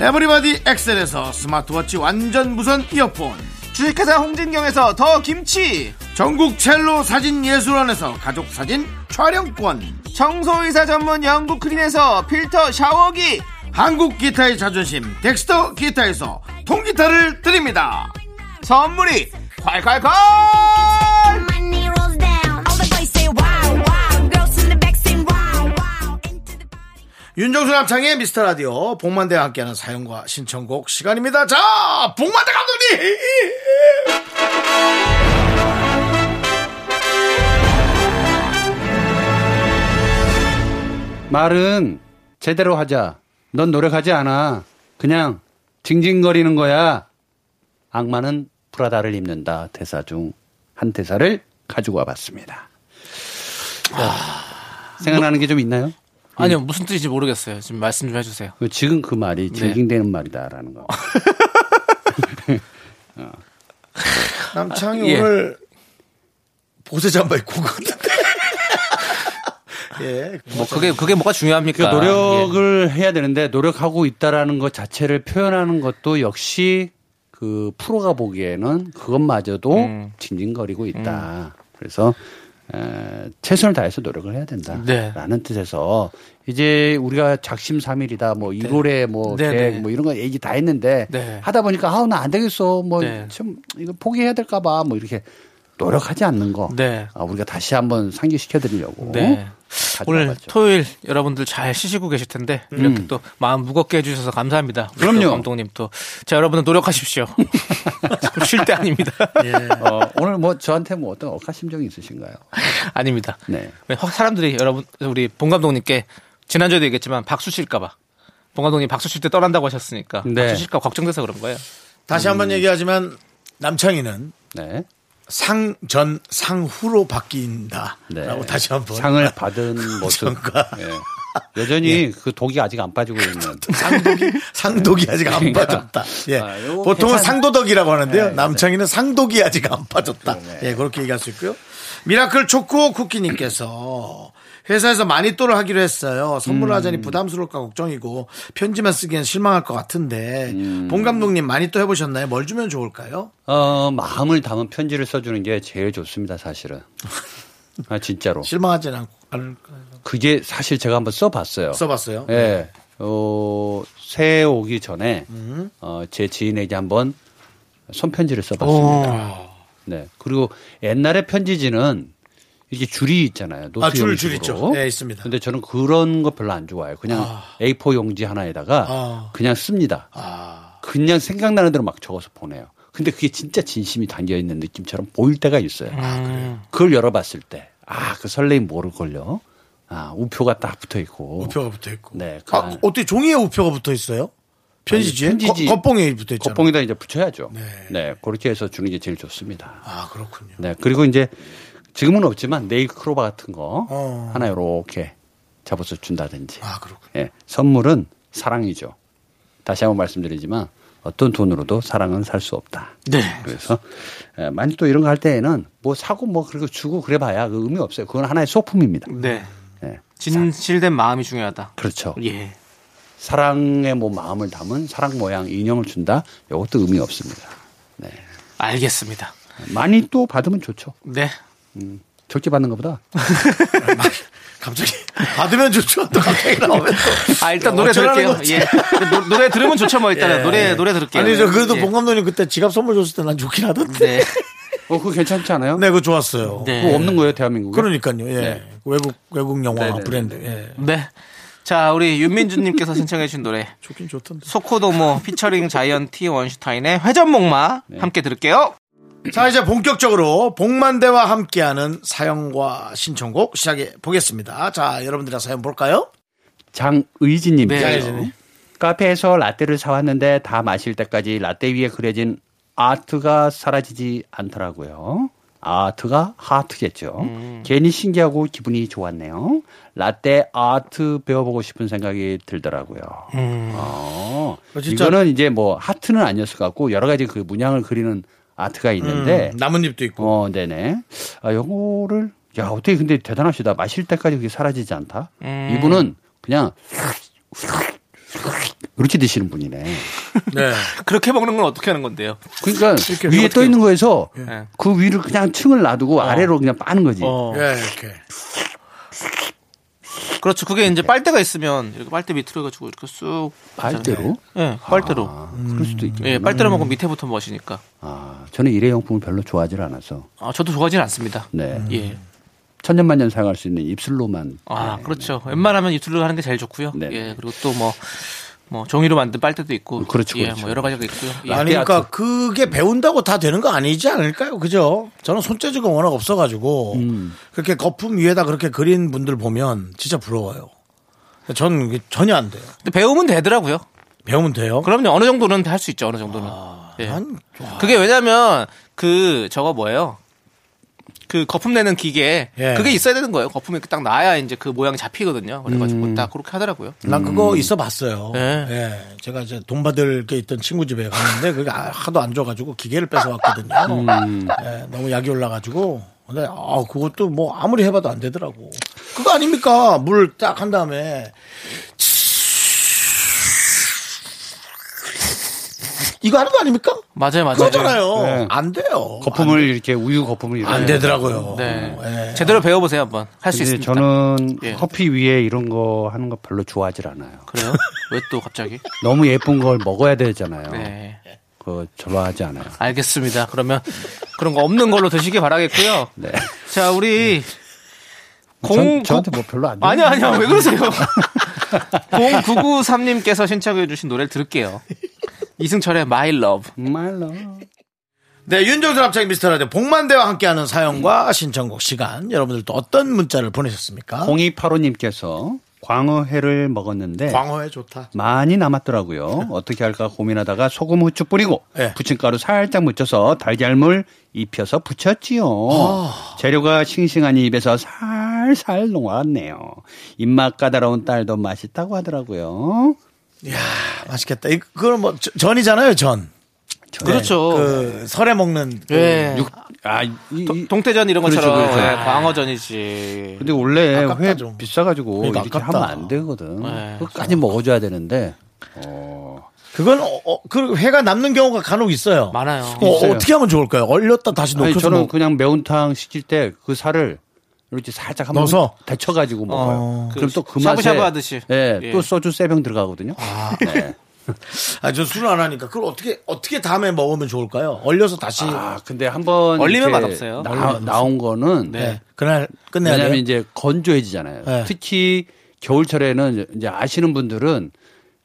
[SPEAKER 1] 에브리바디 엑셀에서 스마트워치 완전 무선 이어폰
[SPEAKER 2] 주식회사 홍진경에서 더 김치
[SPEAKER 1] 전국 첼로 사진 예술원에서 가족 사진 촬영권
[SPEAKER 2] 청소이사 전문 영국 크린에서 필터 샤워기
[SPEAKER 1] 한국 기타의 자존심 덱스터 기타에서 통기타를 드립니다
[SPEAKER 2] 선물이 콸콸콸
[SPEAKER 6] My knee rolls down. All the boys say wow, wow. Girls in the back say wow, wow. Into the party.
[SPEAKER 1] 윤정수 남창의 미스터라디오 복만대와 함께하는 사연과 신청곡 시간입니다 자 복만대 감독님
[SPEAKER 8] 말은 제대로 하자. 넌 노력하지 않아. 그냥 징징거리는 거야. 악마는 프라다를 입는다. 대사 중 한 대사를 가지고 와봤습니다. 생각나는 게 좀 있나요?
[SPEAKER 2] 아니요 무슨 뜻인지 모르겠어요 지금 말씀 좀 해주세요
[SPEAKER 8] 그 지금 그 말이 징징대는 말이다라는 거.
[SPEAKER 1] 남창이
[SPEAKER 2] 예.
[SPEAKER 1] 오늘 보세 잠바 입고 온것 같은데 예.
[SPEAKER 9] 뭐 그게 그게 뭐가
[SPEAKER 2] 그러니까,
[SPEAKER 9] 중요합니까?
[SPEAKER 2] 예.
[SPEAKER 8] 노력을 해야 되는데 노력하고 있다라는 것 자체를 표현하는 것도 역시 그 프로가 보기에는 그것마저도 징징거리고 있다. 그래서 에, 최선을 다해서 노력을
[SPEAKER 1] 네.
[SPEAKER 8] 해야 된다라는 뜻에서 이제 우리가 작심삼일이다 뭐 1월에 뭐
[SPEAKER 1] 네,
[SPEAKER 8] 계획
[SPEAKER 1] 네.
[SPEAKER 8] 뭐 이런 거 얘기 다 했는데
[SPEAKER 1] 네.
[SPEAKER 8] 하다 보니까 아우 나 안 되겠어 뭐
[SPEAKER 1] 네.
[SPEAKER 8] 좀 이거 포기해야 될까 봐 뭐 이렇게 노력하지 않는 거
[SPEAKER 2] 네.
[SPEAKER 8] 아, 우리가 다시 한번 상기시켜 드리려고
[SPEAKER 2] 네. 오늘
[SPEAKER 8] 가져와봤죠.
[SPEAKER 2] 토요일 여러분들 잘 쉬시고 계실 텐데 이렇게
[SPEAKER 8] 음.
[SPEAKER 2] 또 마음 무겁게 해주셔서 감사합니다. 우리
[SPEAKER 8] 그럼요.
[SPEAKER 2] 또 감독님 또. 자, 여러분들
[SPEAKER 8] *laughs*
[SPEAKER 2] 노력하십시오. 쉴 때 아닙니다.
[SPEAKER 1] 네.
[SPEAKER 8] 어, 오늘 뭐 저한테 뭐 어떤 억하심정이 있으신가요?
[SPEAKER 2] *laughs* 아닙니다.
[SPEAKER 8] 네.
[SPEAKER 2] 왜 확 사람들이 여러분 우리 봉 감독님께 지난주에도 얘기했지만 박수 칠까봐 봉 감독님 박수 칠 때 떠난다고 하셨으니까
[SPEAKER 1] 네.
[SPEAKER 2] 박수 칠까 봐 걱정돼서 그런 거예요.
[SPEAKER 1] 다시 한번 얘기하지만 남창희는
[SPEAKER 8] 네.
[SPEAKER 1] 상전 상후로 바뀐다라고 아, 뭐 다시 한번
[SPEAKER 8] 네. 상을
[SPEAKER 1] *laughs*
[SPEAKER 8] 받은 모습. 예. 여전히 그 독이 아직 안 빠지고 있는. *laughs*
[SPEAKER 1] 상독이 상독이 아직 안
[SPEAKER 8] 그러니까.
[SPEAKER 1] 빠졌다. 예.
[SPEAKER 8] 아, 요거
[SPEAKER 1] 보통은
[SPEAKER 8] 괜찮- 네,
[SPEAKER 1] 상도덕이라고 하는데요. 남창희는 상독이 아직 안 빠졌다. 예, 그렇게 얘기할 수 있고요. 미라클 초코 쿠키님께서 회사에서 마니또를 하기로 했어요.
[SPEAKER 8] 음.
[SPEAKER 1] 선물하자니 부담스러울까 걱정이고 편지만 쓰기엔 실망할 것 같은데
[SPEAKER 8] 음.
[SPEAKER 1] 봉 감독님 마니또 해보셨나요? 뭘 주면 좋을까요?
[SPEAKER 8] 어, 마음을 담은 편지를 써주는 게 제일 좋습니다, 사실은. 아, 진짜로.
[SPEAKER 1] 실망하진 않고 않을까요?
[SPEAKER 8] 그게 사실 제가 한번 써봤어요.
[SPEAKER 1] 써봤어요? 네.
[SPEAKER 8] 예. 어, 새해 오기 전에,
[SPEAKER 1] 음.
[SPEAKER 8] 어, 제 지인에게 한번 손편지를 써봤습니다. 네. 그리고 옛날에 편지지는 이게 줄이 있잖아요. 노트
[SPEAKER 1] 아, 줄, 줄
[SPEAKER 8] 형식으로.
[SPEAKER 1] 있죠. 네, 있습니다.
[SPEAKER 8] 근데 저는 그런 거 별로 안 좋아해요. 그냥 A4 용지 하나에다가
[SPEAKER 1] 아.
[SPEAKER 8] 그냥 씁니다. 그냥 생각나는 대로 막 적어서 보내요. 근데 그게 진짜 진심이 담겨 있는 느낌처럼 보일 때가 있어요.
[SPEAKER 1] 아,
[SPEAKER 8] 그걸 열어봤을 때, 아, 그 설레임 모를걸요. 아, 우표가 딱 붙어 있고.
[SPEAKER 1] 우표가 붙어 있고.
[SPEAKER 8] 네. 그
[SPEAKER 1] 아,
[SPEAKER 8] 안에
[SPEAKER 1] 어떻게 종이에 우표가 붙어 있어요? 편지지에?
[SPEAKER 8] 아니, 편지지.
[SPEAKER 1] 거- 겉봉에 붙어 있잖아요.
[SPEAKER 8] 겉봉에다 이제 붙여야죠. 네. 그렇게 해서 주는 게 제일 좋습니다.
[SPEAKER 1] 아, 그렇군요.
[SPEAKER 8] 네. 그리고 이제 지금은 없지만 네일 크로바 같은 거
[SPEAKER 1] 어.
[SPEAKER 8] 하나 이렇게 잡아서 준다든지.
[SPEAKER 1] 아, 그렇군요.
[SPEAKER 8] 예. 선물은 사랑이죠. 다시 한번 말씀드리지만 어떤 돈으로도 사랑은 살 수 없다.
[SPEAKER 1] 네.
[SPEAKER 8] 그래서 예, 많이 또 이런 거 할 때에는 뭐 사고 뭐 그리고 주고 그래 봐야 그 의미 없어요. 그건 하나의 소품입니다.
[SPEAKER 2] 네.
[SPEAKER 8] 예.
[SPEAKER 2] 진실된 마음이 중요하다.
[SPEAKER 8] 그렇죠.
[SPEAKER 2] 예.
[SPEAKER 8] 사랑의 뭐 마음을 담은 사랑 모양 인형을 준다. 이것도 의미 없습니다. 네.
[SPEAKER 2] 알겠습니다.
[SPEAKER 8] 많이 또 받으면 좋죠.
[SPEAKER 2] 네.
[SPEAKER 8] 음, 적게 받는 것보다.
[SPEAKER 1] 갑자기 *laughs* 받으면 좋죠. 또 갑자기 나오면 또.
[SPEAKER 2] 아 일단 노래
[SPEAKER 1] 어쩌라는
[SPEAKER 2] 들을게요.
[SPEAKER 1] 거지?
[SPEAKER 2] 예. 노- 노래 들으면 좋죠 뭐 일단은
[SPEAKER 1] 예.
[SPEAKER 2] 노래 노래 들을게요.
[SPEAKER 1] 아니 저 그래도
[SPEAKER 2] 예.
[SPEAKER 1] 봉 감독님 그때 지갑 선물 줬을 때 난 좋긴 하던데.
[SPEAKER 2] 네.
[SPEAKER 8] 어, 그거 괜찮지 않아요?
[SPEAKER 1] 네, 그거 좋았어요.
[SPEAKER 2] 네.
[SPEAKER 8] 그거 없는 거예요, 대한민국에?
[SPEAKER 1] 그러니까요. 예.
[SPEAKER 8] 네.
[SPEAKER 1] 외국 외국 영화
[SPEAKER 8] 네네.
[SPEAKER 1] 브랜드. 예.
[SPEAKER 2] 네. 자, 우리 윤민주님께서 신청해주신 노래.
[SPEAKER 1] 좋긴 좋던데.
[SPEAKER 2] 소코도모 뭐 피처링 자이언티 원슈타인의 회전목마
[SPEAKER 8] 네.
[SPEAKER 2] 함께 들을게요.
[SPEAKER 1] 자, 이제 본격적으로 복만대와 함께하는 사연과 신청곡 시작해 보겠습니다. 자, 여러분들의 사연 볼까요?
[SPEAKER 8] 장의진님께서
[SPEAKER 1] 네.
[SPEAKER 8] 카페에서 라떼를 사왔는데 다 마실 때까지 라떼 위에 그려진 아트가 사라지지 않더라고요. 아트가 하트겠죠. 괜히 신기하고 기분이 좋았네요. 라떼 아트 배워보고 싶은 생각이 들더라고요. 어,
[SPEAKER 1] 음. 어, 진짜.
[SPEAKER 8] 이거는 이제 뭐 하트는 아니었을 것 같고 여러 가지 그 문양을 그리는 아트가
[SPEAKER 2] 네.
[SPEAKER 8] 있는데
[SPEAKER 1] 음, 나뭇잎도 있고.
[SPEAKER 8] 어, 네네. 아, 요거를, 야, 어떻게 근데 대단하시다. 마실 때까지 그게 사라지지 않다? 이분은 그냥, 이렇게 드시는 분이네.
[SPEAKER 1] 네.
[SPEAKER 2] 그렇게 먹는 건 어떻게 하는 건데요?
[SPEAKER 8] 그러니까
[SPEAKER 1] 이렇게
[SPEAKER 8] 위에
[SPEAKER 1] 어떻게-
[SPEAKER 8] 떠 있는 거에서
[SPEAKER 2] 예.
[SPEAKER 8] 그 위를 그냥 층을 놔두고 아래로 그냥 빠는 거지.
[SPEAKER 2] 어.
[SPEAKER 1] 예, 이렇게.
[SPEAKER 2] 그렇죠. 그게 이제 빨대가 있으면 이렇게 빨대 밑으로 해가지고 이렇게 쑥.
[SPEAKER 8] 발대로?
[SPEAKER 2] 예, 빨대로.
[SPEAKER 8] 아, 그럴 수도 있겠네.
[SPEAKER 2] 예, 빨대로 먹으면 밑에부터 멋이니까.
[SPEAKER 8] 아, 저는 일회용품을 별로 좋아하지 않아서.
[SPEAKER 2] 아, 저도 좋아하진 않습니다.
[SPEAKER 8] 네.
[SPEAKER 2] 예.
[SPEAKER 8] 천년만년 사용할 수 있는 입술로만.
[SPEAKER 2] 아, 그렇죠. 웬만하면 이틀로 하는 게 제일 좋고요.
[SPEAKER 8] 네.
[SPEAKER 2] 예, 그리고 또 뭐, 뭐 종이로 만든 빨대도 있고.
[SPEAKER 8] 그렇죠,
[SPEAKER 2] 예,
[SPEAKER 8] 그렇죠.
[SPEAKER 2] 뭐 여러 가지가 있고요. 예.
[SPEAKER 1] 아니, 그러니까
[SPEAKER 8] 아트.
[SPEAKER 1] 그게 배운다고 다 되는 거 아니지 않을까요? 그죠? 저는 손재주가 워낙 없어가지고 그렇게 거품 위에다 그렇게 그린 분들 보면 진짜 부러워요. 저는 이게 전혀 안 돼요.
[SPEAKER 2] 근데 배우면 되더라고요.
[SPEAKER 1] 배우면 돼요.
[SPEAKER 2] 그럼요. 어느 정도는 할 수 있죠. 어느 정도는.
[SPEAKER 8] 아,
[SPEAKER 2] 예.
[SPEAKER 1] 난-
[SPEAKER 8] 뭐,
[SPEAKER 2] 그게 왜냐면 그 저거 뭐예요? 그 거품 내는 기계
[SPEAKER 1] 예.
[SPEAKER 2] 그게 있어야 되는 거예요. 거품이 딱 나야 이제 그 모양이 잡히거든요. 그래가지고
[SPEAKER 8] 음.
[SPEAKER 2] 딱 그렇게 하더라고요.
[SPEAKER 1] 난 그거 있어 봤어요. 음. 예.
[SPEAKER 2] 네.
[SPEAKER 1] 제가 이제 돈 받을 게 있던 친구 집에 음. 갔는데 그게 아- 하도 안 줘가지고 기계를 뺏어 왔거든요. 예, 너무 약이 올라가지고 근데 아 그것도 뭐 아무리 해봐도 안 되더라고. 그거 아닙니까? 물 딱 한 다음에 이거 하는 거 아닙니까? 네.
[SPEAKER 10] 맞아요, 맞아요.
[SPEAKER 1] 그거잖아요. 안 돼요.
[SPEAKER 8] 거품을 이렇게 우유 거품을 이렇게
[SPEAKER 1] 안 되더라고요. 음,
[SPEAKER 10] 네. 제대로 배워보세요 한번 할 수
[SPEAKER 8] 어, 예. 근데
[SPEAKER 10] 있습니다.
[SPEAKER 8] 저는
[SPEAKER 10] 예.
[SPEAKER 8] 커피 위에 이런 거 하는 거 별로 좋아하질 않아요. *laughs*
[SPEAKER 10] 그래요? 왜 또 갑자기?
[SPEAKER 8] 너무 예쁜 걸 먹어야 되잖아요.
[SPEAKER 10] 네.
[SPEAKER 8] 그거 좋아하지 않아요.
[SPEAKER 10] 알겠습니다. 그러면 그런 거 없는 걸로 드시길 바라겠고요.
[SPEAKER 8] *laughs* 네.
[SPEAKER 10] 자 우리
[SPEAKER 8] 전,
[SPEAKER 10] 공
[SPEAKER 8] 저한테 뭐 별로 안
[SPEAKER 10] 아니야 아니야 왜
[SPEAKER 8] *laughs*
[SPEAKER 10] 그러세요?
[SPEAKER 8] 좋아해요.
[SPEAKER 10] 0993님께서 신청해주신 노래를 들을게요. 이승철의 My Love.
[SPEAKER 8] My Love.
[SPEAKER 1] 네, 윤정수 합창 미스터 라디오 복만대와 함께하는 사연과 신청곡 시간. 여러분들 또 어떤 문자를
[SPEAKER 10] 어?
[SPEAKER 1] 보내셨습니까?
[SPEAKER 8] 0285님께서 광어회를
[SPEAKER 10] 네.
[SPEAKER 8] 먹었는데
[SPEAKER 1] 광어회 좋다. 아,
[SPEAKER 8] 많이 남았더라고요. 어떻게 할까 고민하다가 소금 후추 뿌리고
[SPEAKER 10] 예.
[SPEAKER 8] 부침가루 살짝 묻혀서 달걀물 입혀서 부쳤지요.
[SPEAKER 10] 아.
[SPEAKER 8] 재료가 싱싱하니 입에서 살살 녹았네요. 입맛 까다로운 딸도 맛있다고 하더라고요.
[SPEAKER 1] 맛있겠다. 이- 그건 뭐 저- 전이잖아요, 전.
[SPEAKER 10] 그렇죠.
[SPEAKER 1] 그 설에 먹는 그
[SPEAKER 10] 예.
[SPEAKER 8] 육- 아, 이- 이-
[SPEAKER 10] 동태전 이런
[SPEAKER 8] 그렇죠,
[SPEAKER 10] 것처럼
[SPEAKER 8] 그렇죠.
[SPEAKER 10] 예, 광어전이지.
[SPEAKER 8] 근데 원래
[SPEAKER 1] 아깝다,
[SPEAKER 8] 회
[SPEAKER 1] 좀.
[SPEAKER 8] 비싸가지고
[SPEAKER 1] 그러니까
[SPEAKER 8] 이렇게
[SPEAKER 1] 아깝다.
[SPEAKER 8] 하면 안 되거든. 그렇죠.
[SPEAKER 10] 네.
[SPEAKER 8] 끝까지 먹어줘야 되는데
[SPEAKER 1] 그건 어, 어, 그 회가 남는 경우가 간혹 있어요.
[SPEAKER 10] 많아요.
[SPEAKER 1] 어,
[SPEAKER 8] 있어요.
[SPEAKER 1] 어떻게 하면 좋을까요? 얼렸다 다시
[SPEAKER 8] 아니,
[SPEAKER 1] 녹여서 뭐
[SPEAKER 8] 저는
[SPEAKER 1] 먹-
[SPEAKER 8] 그냥 매운탕 시킬 때 그 살을 이렇게 살짝 한번
[SPEAKER 1] 넣어서?
[SPEAKER 8] 데쳐가지고 먹어요. 그럼 또 그 맛에
[SPEAKER 10] 샤브샤브 하듯이.
[SPEAKER 8] 예,
[SPEAKER 10] 예.
[SPEAKER 8] 또 소주 세병 들어가거든요. 네.
[SPEAKER 1] 아, 저 술을 안 하니까 그걸 어떻게 어떻게 다음에 먹으면 좋을까요? 얼려서 다시
[SPEAKER 8] 아 근데 한번
[SPEAKER 10] 얼리면
[SPEAKER 8] 이렇게
[SPEAKER 10] 맛없어요.
[SPEAKER 8] 나, 나온 거는
[SPEAKER 10] 네.
[SPEAKER 1] 네. 그날 끝내야
[SPEAKER 8] 왜냐하면
[SPEAKER 1] 돼요.
[SPEAKER 8] 이제 건조해지잖아요.
[SPEAKER 1] 네.
[SPEAKER 8] 특히 겨울철에는 이제 아시는 분들은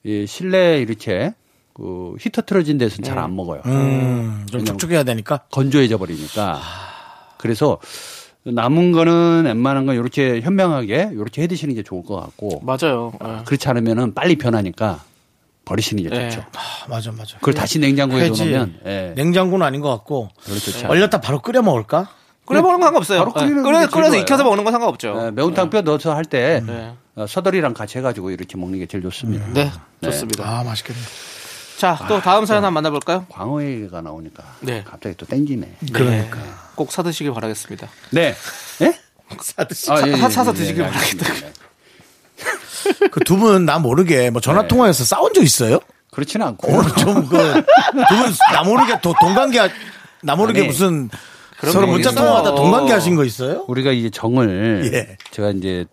[SPEAKER 8] 이 실내 이렇게 그 히터 틀어진 데서는
[SPEAKER 1] 네.
[SPEAKER 8] 잘 안 먹어요.
[SPEAKER 1] 음, 좀 촉촉해야 되니까.
[SPEAKER 8] 건조해져 버리니까. 그래서 남은 거는 웬만한 건 이렇게 현명하게 이렇게 해 드시는 게 좋을 것 같고
[SPEAKER 10] 맞아요. 예.
[SPEAKER 8] 그렇지 않으면은 빨리 변하니까 버리시는 게
[SPEAKER 10] 예.
[SPEAKER 8] 좋죠.
[SPEAKER 1] 아, 맞아, 맞아.
[SPEAKER 8] 그걸 다시 냉장고에
[SPEAKER 1] 회지.
[SPEAKER 8] 넣으면 예.
[SPEAKER 1] 냉장고는 아닌 것 같고.
[SPEAKER 8] 그렇죠. 잘.
[SPEAKER 1] 얼렸다 바로 끓여 먹을까?
[SPEAKER 10] 끓여 먹는 건 상관없어요.
[SPEAKER 8] 바로
[SPEAKER 10] 예.
[SPEAKER 8] 끓이는 게
[SPEAKER 10] 끓여
[SPEAKER 8] 제일
[SPEAKER 10] 끓여서
[SPEAKER 8] 좋아요.
[SPEAKER 10] 익혀서 먹는 건 상관없죠.
[SPEAKER 8] 예, 매운탕 뼈 넣어서 할 때
[SPEAKER 10] 네.
[SPEAKER 8] 서덜이랑 같이 해가지고 이렇게 먹는 게 제일 좋습니다.
[SPEAKER 10] 네, 좋습니다.
[SPEAKER 1] 아, 맛있겠네.
[SPEAKER 10] 자, 또 다음
[SPEAKER 8] 아.
[SPEAKER 10] 사연 한번 만나볼까요?
[SPEAKER 8] 광어회가 나오니까
[SPEAKER 10] 네.
[SPEAKER 8] 갑자기 또 땡기네.
[SPEAKER 1] 그러니까.
[SPEAKER 10] 네. 꼭 사드시길 바라겠습니다.
[SPEAKER 8] 네. 예?
[SPEAKER 1] 사드시.
[SPEAKER 8] 아,
[SPEAKER 10] 사- 사서 드시길
[SPEAKER 8] 알겠습니다. 네.
[SPEAKER 1] 그두 분 나 모르게 뭐
[SPEAKER 8] 네.
[SPEAKER 1] 전화 통화해서 싸운 적 있어요?
[SPEAKER 8] 그렇지는 않고
[SPEAKER 10] 네.
[SPEAKER 1] 오늘 좀그두분나 모르게 도- 동관계 하- 나 모르게
[SPEAKER 8] 아니,
[SPEAKER 1] 무슨
[SPEAKER 10] 그런
[SPEAKER 1] 서로
[SPEAKER 10] 거
[SPEAKER 1] 문자
[SPEAKER 10] 있어.
[SPEAKER 1] 통화하다 동관계 하신 거 있어요?
[SPEAKER 8] 우리가 이제 정을
[SPEAKER 1] 예.
[SPEAKER 8] 제가 이제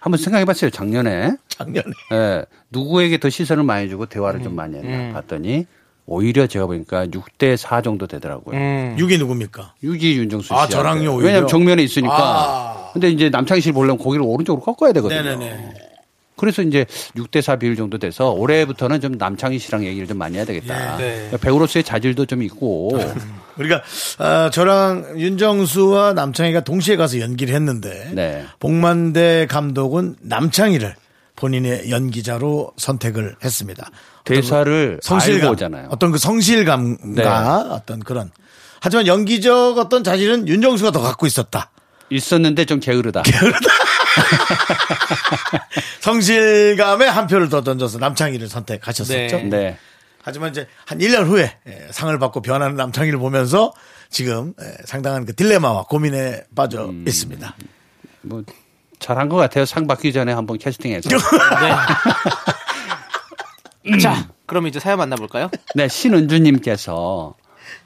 [SPEAKER 8] 한번 생각해봤어요 작년에
[SPEAKER 1] 작년에.
[SPEAKER 8] 예, 누구에게 더 시선을 많이 주고 대화를 좀 많이 했나 봤더니 오히려 제가 보니까 6대 4 정도 되더라고요.
[SPEAKER 10] 음.
[SPEAKER 1] 육이 누굽니까?
[SPEAKER 8] 유기 윤정수 씨.
[SPEAKER 1] 아, 저랑요, 오히려?
[SPEAKER 8] 왜냐면 정면에 있으니까.
[SPEAKER 1] 아.
[SPEAKER 8] 근데 이제 남창실 보려면 고기를 오른쪽으로 꺾어야 되거든요.
[SPEAKER 1] 네네네.
[SPEAKER 8] 그래서 이제 6대 4 비율 정도 돼서 올해부터는 좀 남창희 씨랑 얘기를 좀 많이 해야
[SPEAKER 1] 예,
[SPEAKER 8] 되겠다.
[SPEAKER 1] 네.
[SPEAKER 8] 그러니까 배우로서의 자질도 좀
[SPEAKER 1] *laughs*
[SPEAKER 8] 있고.
[SPEAKER 1] 우리가 아, 저랑 윤정수와 남창희가 동시에 가서 연기를 했는데
[SPEAKER 8] 네.
[SPEAKER 1] 복만대 감독은 남창희를 본인의 연기자로 선택을 했습니다. 그
[SPEAKER 8] 대사를 알고 오잖아요.
[SPEAKER 1] 어떤 그 성실감과
[SPEAKER 8] 네.
[SPEAKER 1] 어떤 그런 하지만 연기적 어떤 자질은 윤정수가 더 갖고 있었다.
[SPEAKER 8] 있었는데 좀 게으르다.
[SPEAKER 1] *laughs* 성실감에 한 표를 더 던져서 남창희를 선택하셨었죠.
[SPEAKER 10] 네.
[SPEAKER 8] 네.
[SPEAKER 1] 하지만 이제 한 1년 후에 예, 상을 받고 변하는 남창희를 보면서 지금 예, 상당한 그 딜레마와 고민에 빠져 있습니다.
[SPEAKER 8] 뭐 잘한 것 같아요. 상 받기 전에
[SPEAKER 1] *laughs*
[SPEAKER 8] 한번 캐스팅해서.
[SPEAKER 10] 자, 그럼 이제 사연 만나볼까요?
[SPEAKER 8] 네, 신은주님께서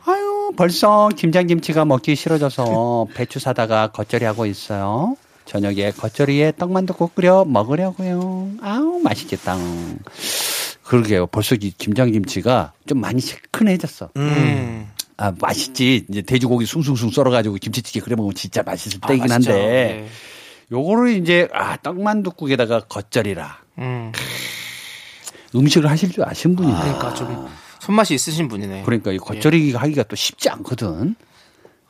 [SPEAKER 8] 아유 벌써 김장김치가 먹기 싫어져서 배추 사다가 겉절이 하고 있어요. 저녁에 겉절이에 떡만둣국 끓여 먹으려고요. 아우 맛있겠다. 그러게요. 벌써 이 김장김치가 좀 많이 시큰해졌어.
[SPEAKER 10] 음.
[SPEAKER 8] 아 맛있지. 이제 돼지고기 숭숭숭 썰어가지고 김치찌개 끓여 먹으면 진짜 아, 맛있을 때이긴
[SPEAKER 10] 아, 맛있죠. 예.
[SPEAKER 8] 한데 요거를 이제 아 떡만둣국에다가 겉절이라
[SPEAKER 10] 네. 음.
[SPEAKER 2] 그러니까
[SPEAKER 8] 음식을 하실 줄 아신 분이네.
[SPEAKER 10] 그러니까 좀 손맛이 있으신
[SPEAKER 2] 예.
[SPEAKER 10] 분이네.
[SPEAKER 8] 그러니까 이 겉절이 하기가 또 쉽지 않거든.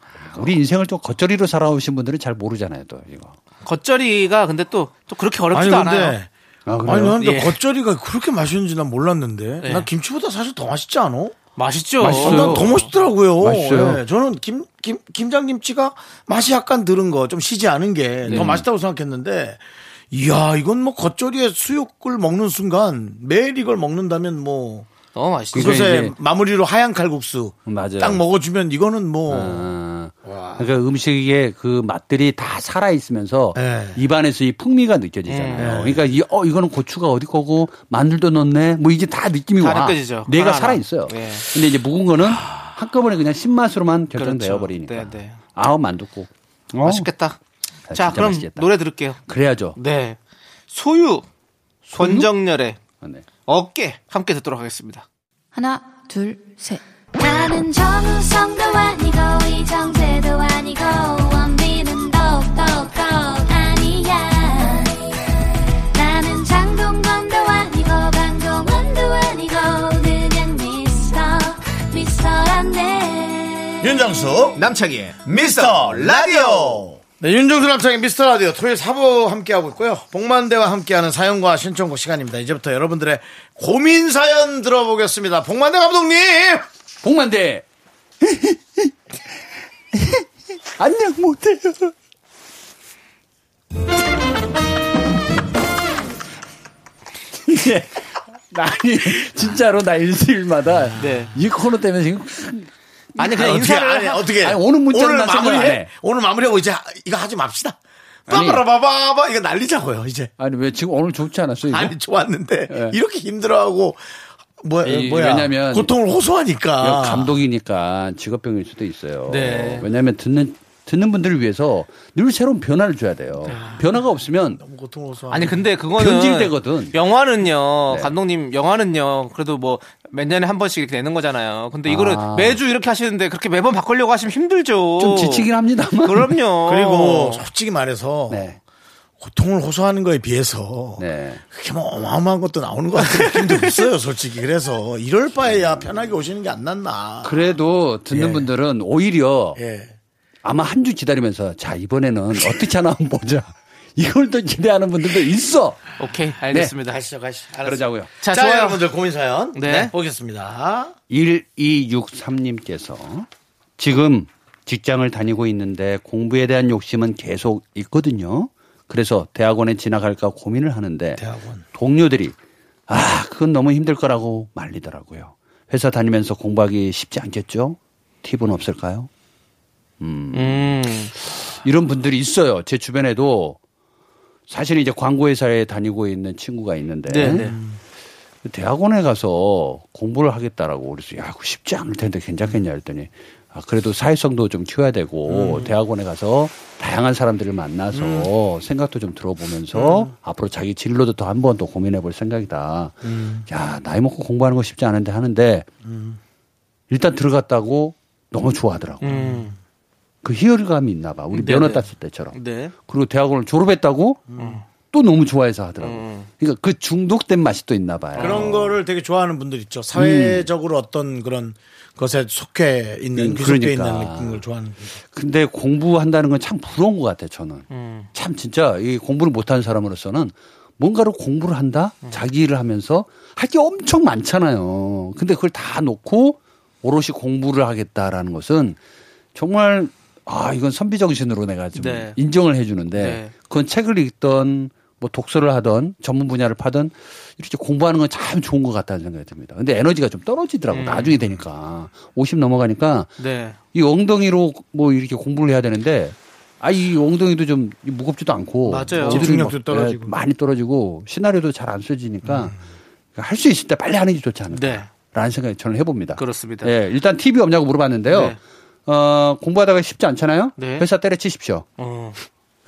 [SPEAKER 2] 아,
[SPEAKER 8] 우리 인생을 또 겉절이로 살아오신 분들은 잘 모르잖아요, 또 이거.
[SPEAKER 10] 겉절이가 근데 또, 또 그렇게 어렵지도 않아요.
[SPEAKER 8] 아,
[SPEAKER 1] 아니
[SPEAKER 8] 그래요?
[SPEAKER 1] 난 근데
[SPEAKER 10] 예.
[SPEAKER 1] 겉절이가 그렇게 맛있는지 난 몰랐는데 예.
[SPEAKER 10] 네.
[SPEAKER 1] 난 김치보다 사실 더 맛있지 않아?
[SPEAKER 10] 맛있죠.
[SPEAKER 8] 맛있어요.
[SPEAKER 1] 난 더 멋있더라고요.
[SPEAKER 8] 맛있어요.
[SPEAKER 1] 예, 저는 김, 김, 김장김치가 맛이 약간 들은 거, 좀 시지 않은 게 더
[SPEAKER 8] 네.
[SPEAKER 1] 맛있다고 생각했는데, 이야, 이건 뭐 겉절이에 수육을 먹는 순간 매일 이걸 먹는다면 뭐,
[SPEAKER 2] 너무 맛있죠.
[SPEAKER 1] 그것에 마무리로 하얀 칼국수
[SPEAKER 8] 맞아요. 아.
[SPEAKER 1] 딱 먹어주면 이거는 뭐
[SPEAKER 8] 그러니까 음식의 그 맛들이 다 살아 있으면서 입안에서 이 풍미가 느껴지잖아요.
[SPEAKER 2] 예.
[SPEAKER 8] 그러니까 이, 어 이거는 고추가 어디 거고 마늘도 넣네. 뭐 이게 다 느낌이
[SPEAKER 2] 다
[SPEAKER 8] 와.
[SPEAKER 2] 느껴지죠.
[SPEAKER 8] 뇌가
[SPEAKER 2] 하나하나.
[SPEAKER 8] 살아 있어요.
[SPEAKER 2] 예.
[SPEAKER 8] 근데 이제 묵은 거는 한꺼번에 그냥 신맛으로만 결정되어
[SPEAKER 2] 그렇죠.
[SPEAKER 8] 버리니까.
[SPEAKER 2] 네, 네.
[SPEAKER 8] 아우 만두국.
[SPEAKER 2] 맛있겠다.
[SPEAKER 8] 뭐? 아,
[SPEAKER 2] 자,
[SPEAKER 8] 진짜
[SPEAKER 2] 그럼
[SPEAKER 8] 맛있겠다.
[SPEAKER 2] 노래 들을게요.
[SPEAKER 8] 그래야죠.
[SPEAKER 2] 네. 소유 권정열의
[SPEAKER 8] 네.
[SPEAKER 2] 어깨 함께 듣도록 하겠습니다.
[SPEAKER 7] 하나, 둘, 셋.
[SPEAKER 6] 나는 정우성도 아니고 이정재도 아니고 원빈은 더욱더 아니야 나는 장동건도 아니고 강동원도 아니고 그냥 미스터 미스터란데
[SPEAKER 1] 윤정수 남창희 미스터 라디오 네, 윤정수 남창희 미스터 라디오 토요일 4부 함께하고 있고요 복만대와 함께하는 사연과 신청곡 시간입니다 이제부터 여러분들의 고민 사연 들어보겠습니다 복만대 감독님 *laughs*
[SPEAKER 8] 복만대 안녕 못해요. 이게 아니 진짜로 나 일주일마다 이 코너 때문에 지금
[SPEAKER 1] 네. 아니, 그냥 인사를 하-
[SPEAKER 8] 아니, 오는 문자는
[SPEAKER 1] 오늘
[SPEAKER 8] 나 생각 안
[SPEAKER 1] 마무리해?
[SPEAKER 8] 해.
[SPEAKER 1] 오늘 마무리하고 이제 이거 하지 맙시다
[SPEAKER 8] 아니.
[SPEAKER 1] 빠바라바바바 이거 난리자고요 이제
[SPEAKER 8] 아니 왜 지금 오늘 좋지 않았어요? 이거?
[SPEAKER 1] 아니 좋았는데 이렇게 힘들어하고 뭐,
[SPEAKER 8] 네. 이-
[SPEAKER 1] 뭐야
[SPEAKER 8] 왜냐면
[SPEAKER 1] 고통을 호소하니까
[SPEAKER 8] 이거 감독이니까 직업병일 수도 있어요.
[SPEAKER 1] 아. 네.
[SPEAKER 8] 왜냐하면 듣는 듣는 분들을 위해서 늘 새로운 변화를 줘야 돼요.
[SPEAKER 1] 아.
[SPEAKER 8] 변화가 없으면
[SPEAKER 1] 고통을 호소하니까
[SPEAKER 2] 아니 근데 그거는
[SPEAKER 8] 변질되거든.
[SPEAKER 2] 영화는요
[SPEAKER 8] 네.
[SPEAKER 2] 감독님 영화는요 그래도 뭐 몇 년에 한 번씩 이렇게 내는 거잖아요. 근데 이거를
[SPEAKER 8] 아.
[SPEAKER 2] 매주 이렇게 하시는데 그렇게 매번 바꾸려고 하시면 힘들죠.
[SPEAKER 8] 좀 지치긴 합니다만. 어. *laughs*
[SPEAKER 2] 그럼요.
[SPEAKER 1] 그리고 솔직히
[SPEAKER 8] 네.
[SPEAKER 1] 말해서 고통을 호소하는 거에 비해서 그렇게 뭐 어마어마한 것도 나오는 것 같은 느낌도 *laughs* 있어요, 솔직히. 그래서 이럴
[SPEAKER 8] 네.
[SPEAKER 1] 바에야 편하게 오시는 게 안 낫나.
[SPEAKER 8] 그래도 듣는 분들은 오히려
[SPEAKER 1] 예.
[SPEAKER 8] 아마 한 주 기다리면서 자 이번에는 어떻게 하나 한번 보자. *laughs* 이걸 또 기대하는 분들도 있어.
[SPEAKER 2] 오케이
[SPEAKER 8] 네,
[SPEAKER 2] 알겠습니다.
[SPEAKER 1] 가시죠, 가시죠. 알았어요.
[SPEAKER 8] 그러자고요.
[SPEAKER 1] 자,
[SPEAKER 2] 좋아요.
[SPEAKER 1] 여러분들 고민 사연
[SPEAKER 8] 네.
[SPEAKER 1] 네. 보겠습니다.
[SPEAKER 8] 1263님께서 지금 직장을 다니고 있는데 공부에 대한 욕심은 계속 있거든요. 그래서 대학원에 진학할까 고민을 하는데 동료들이 아, 그건 너무 힘들 거라고 말리더라고요. 회사 다니면서 공부하기 쉽지 않겠죠? 팁은 없을까요? 음. 이런 분들이 있어요. 제 주변에도 사실 이제 광고회사에 다니고 있는 친구가 있는데
[SPEAKER 2] 네, 네.
[SPEAKER 8] 대학원에 가서 공부를 하겠다라고 그래서 야, 그거 쉽지 않을 텐데 괜찮겠냐 했더니 아, 그래도 사회성도 좀 키워야 되고
[SPEAKER 2] 음.
[SPEAKER 8] 대학원에 가서 다양한 사람들을 만나서 생각도 좀 들어보면서
[SPEAKER 2] 음.
[SPEAKER 8] 앞으로 자기 진로도 또 한 번 더 고민해 볼 생각이다.
[SPEAKER 2] 음.
[SPEAKER 8] 야, 나이 먹고 공부하는 거 쉽지 않은데 하는데 일단 들어갔다고 너무 좋아하더라고. 그 희열감이 있나 봐. 우리 면허
[SPEAKER 2] 음. 네네.
[SPEAKER 8] 땄을 때처럼.
[SPEAKER 2] 네.
[SPEAKER 8] 그리고 대학원을 졸업했다고 또 너무 좋아해서 하더라고. 그러니까 그 중독된 맛이 또 있나 봐요.
[SPEAKER 1] 그런 거를 되게 좋아하는 분들 있죠. 사회적으로 어떤 그런 것에 속해 있는,
[SPEAKER 8] 음,
[SPEAKER 1] 귀속돼
[SPEAKER 8] 그러니까.
[SPEAKER 1] 있는 느낌을 좋아하는.
[SPEAKER 8] *laughs* 근데 공부한다는 건 참 부러운 것 같아, 저는.
[SPEAKER 2] 음.
[SPEAKER 8] 참 진짜 이 공부를 못하는 사람으로서는 뭔가를 공부를 한다?
[SPEAKER 2] 음.
[SPEAKER 8] 자기 일을 하면서 할 게 엄청 많잖아요. 근데 그걸 다 놓고 오롯이 공부를 하겠다라는 것은 정말 아, 이건 선비정신으로 내가 좀
[SPEAKER 2] 네.
[SPEAKER 8] 인정을 해주는데
[SPEAKER 2] 네.
[SPEAKER 8] 그건 책을 읽던 뭐 독서를 하던 전문 분야를 파던 이렇게 공부하는 건 참 좋은 것 같다는 생각이 듭니다. 근데 에너지가 좀 떨어지더라고.
[SPEAKER 2] 음.
[SPEAKER 8] 나중에 되니까. 50 넘어가니까
[SPEAKER 2] 네.
[SPEAKER 8] 이 엉덩이로 뭐 이렇게 공부를 해야 되는데 아 이 엉덩이도 좀 무겁지도 않고
[SPEAKER 2] 맞아요.
[SPEAKER 8] 지들이
[SPEAKER 2] 집중력도
[SPEAKER 8] 막,
[SPEAKER 2] 떨어지고.
[SPEAKER 8] 예, 많이 떨어지고 시나리오도 잘 안 써지니까
[SPEAKER 2] 음.
[SPEAKER 8] 그러니까 할 수 있을 때 빨리 하는 게 좋지 않을까라는
[SPEAKER 2] 네.
[SPEAKER 8] 생각이 저는 해봅니다.
[SPEAKER 2] 그렇습니다.
[SPEAKER 8] 예, 일단 팁이 없냐고 물어봤는데요.
[SPEAKER 2] 네.
[SPEAKER 8] 어, 공부하다가 쉽지 않잖아요.
[SPEAKER 2] 네.
[SPEAKER 8] 회사 때려치십시오.
[SPEAKER 2] 어.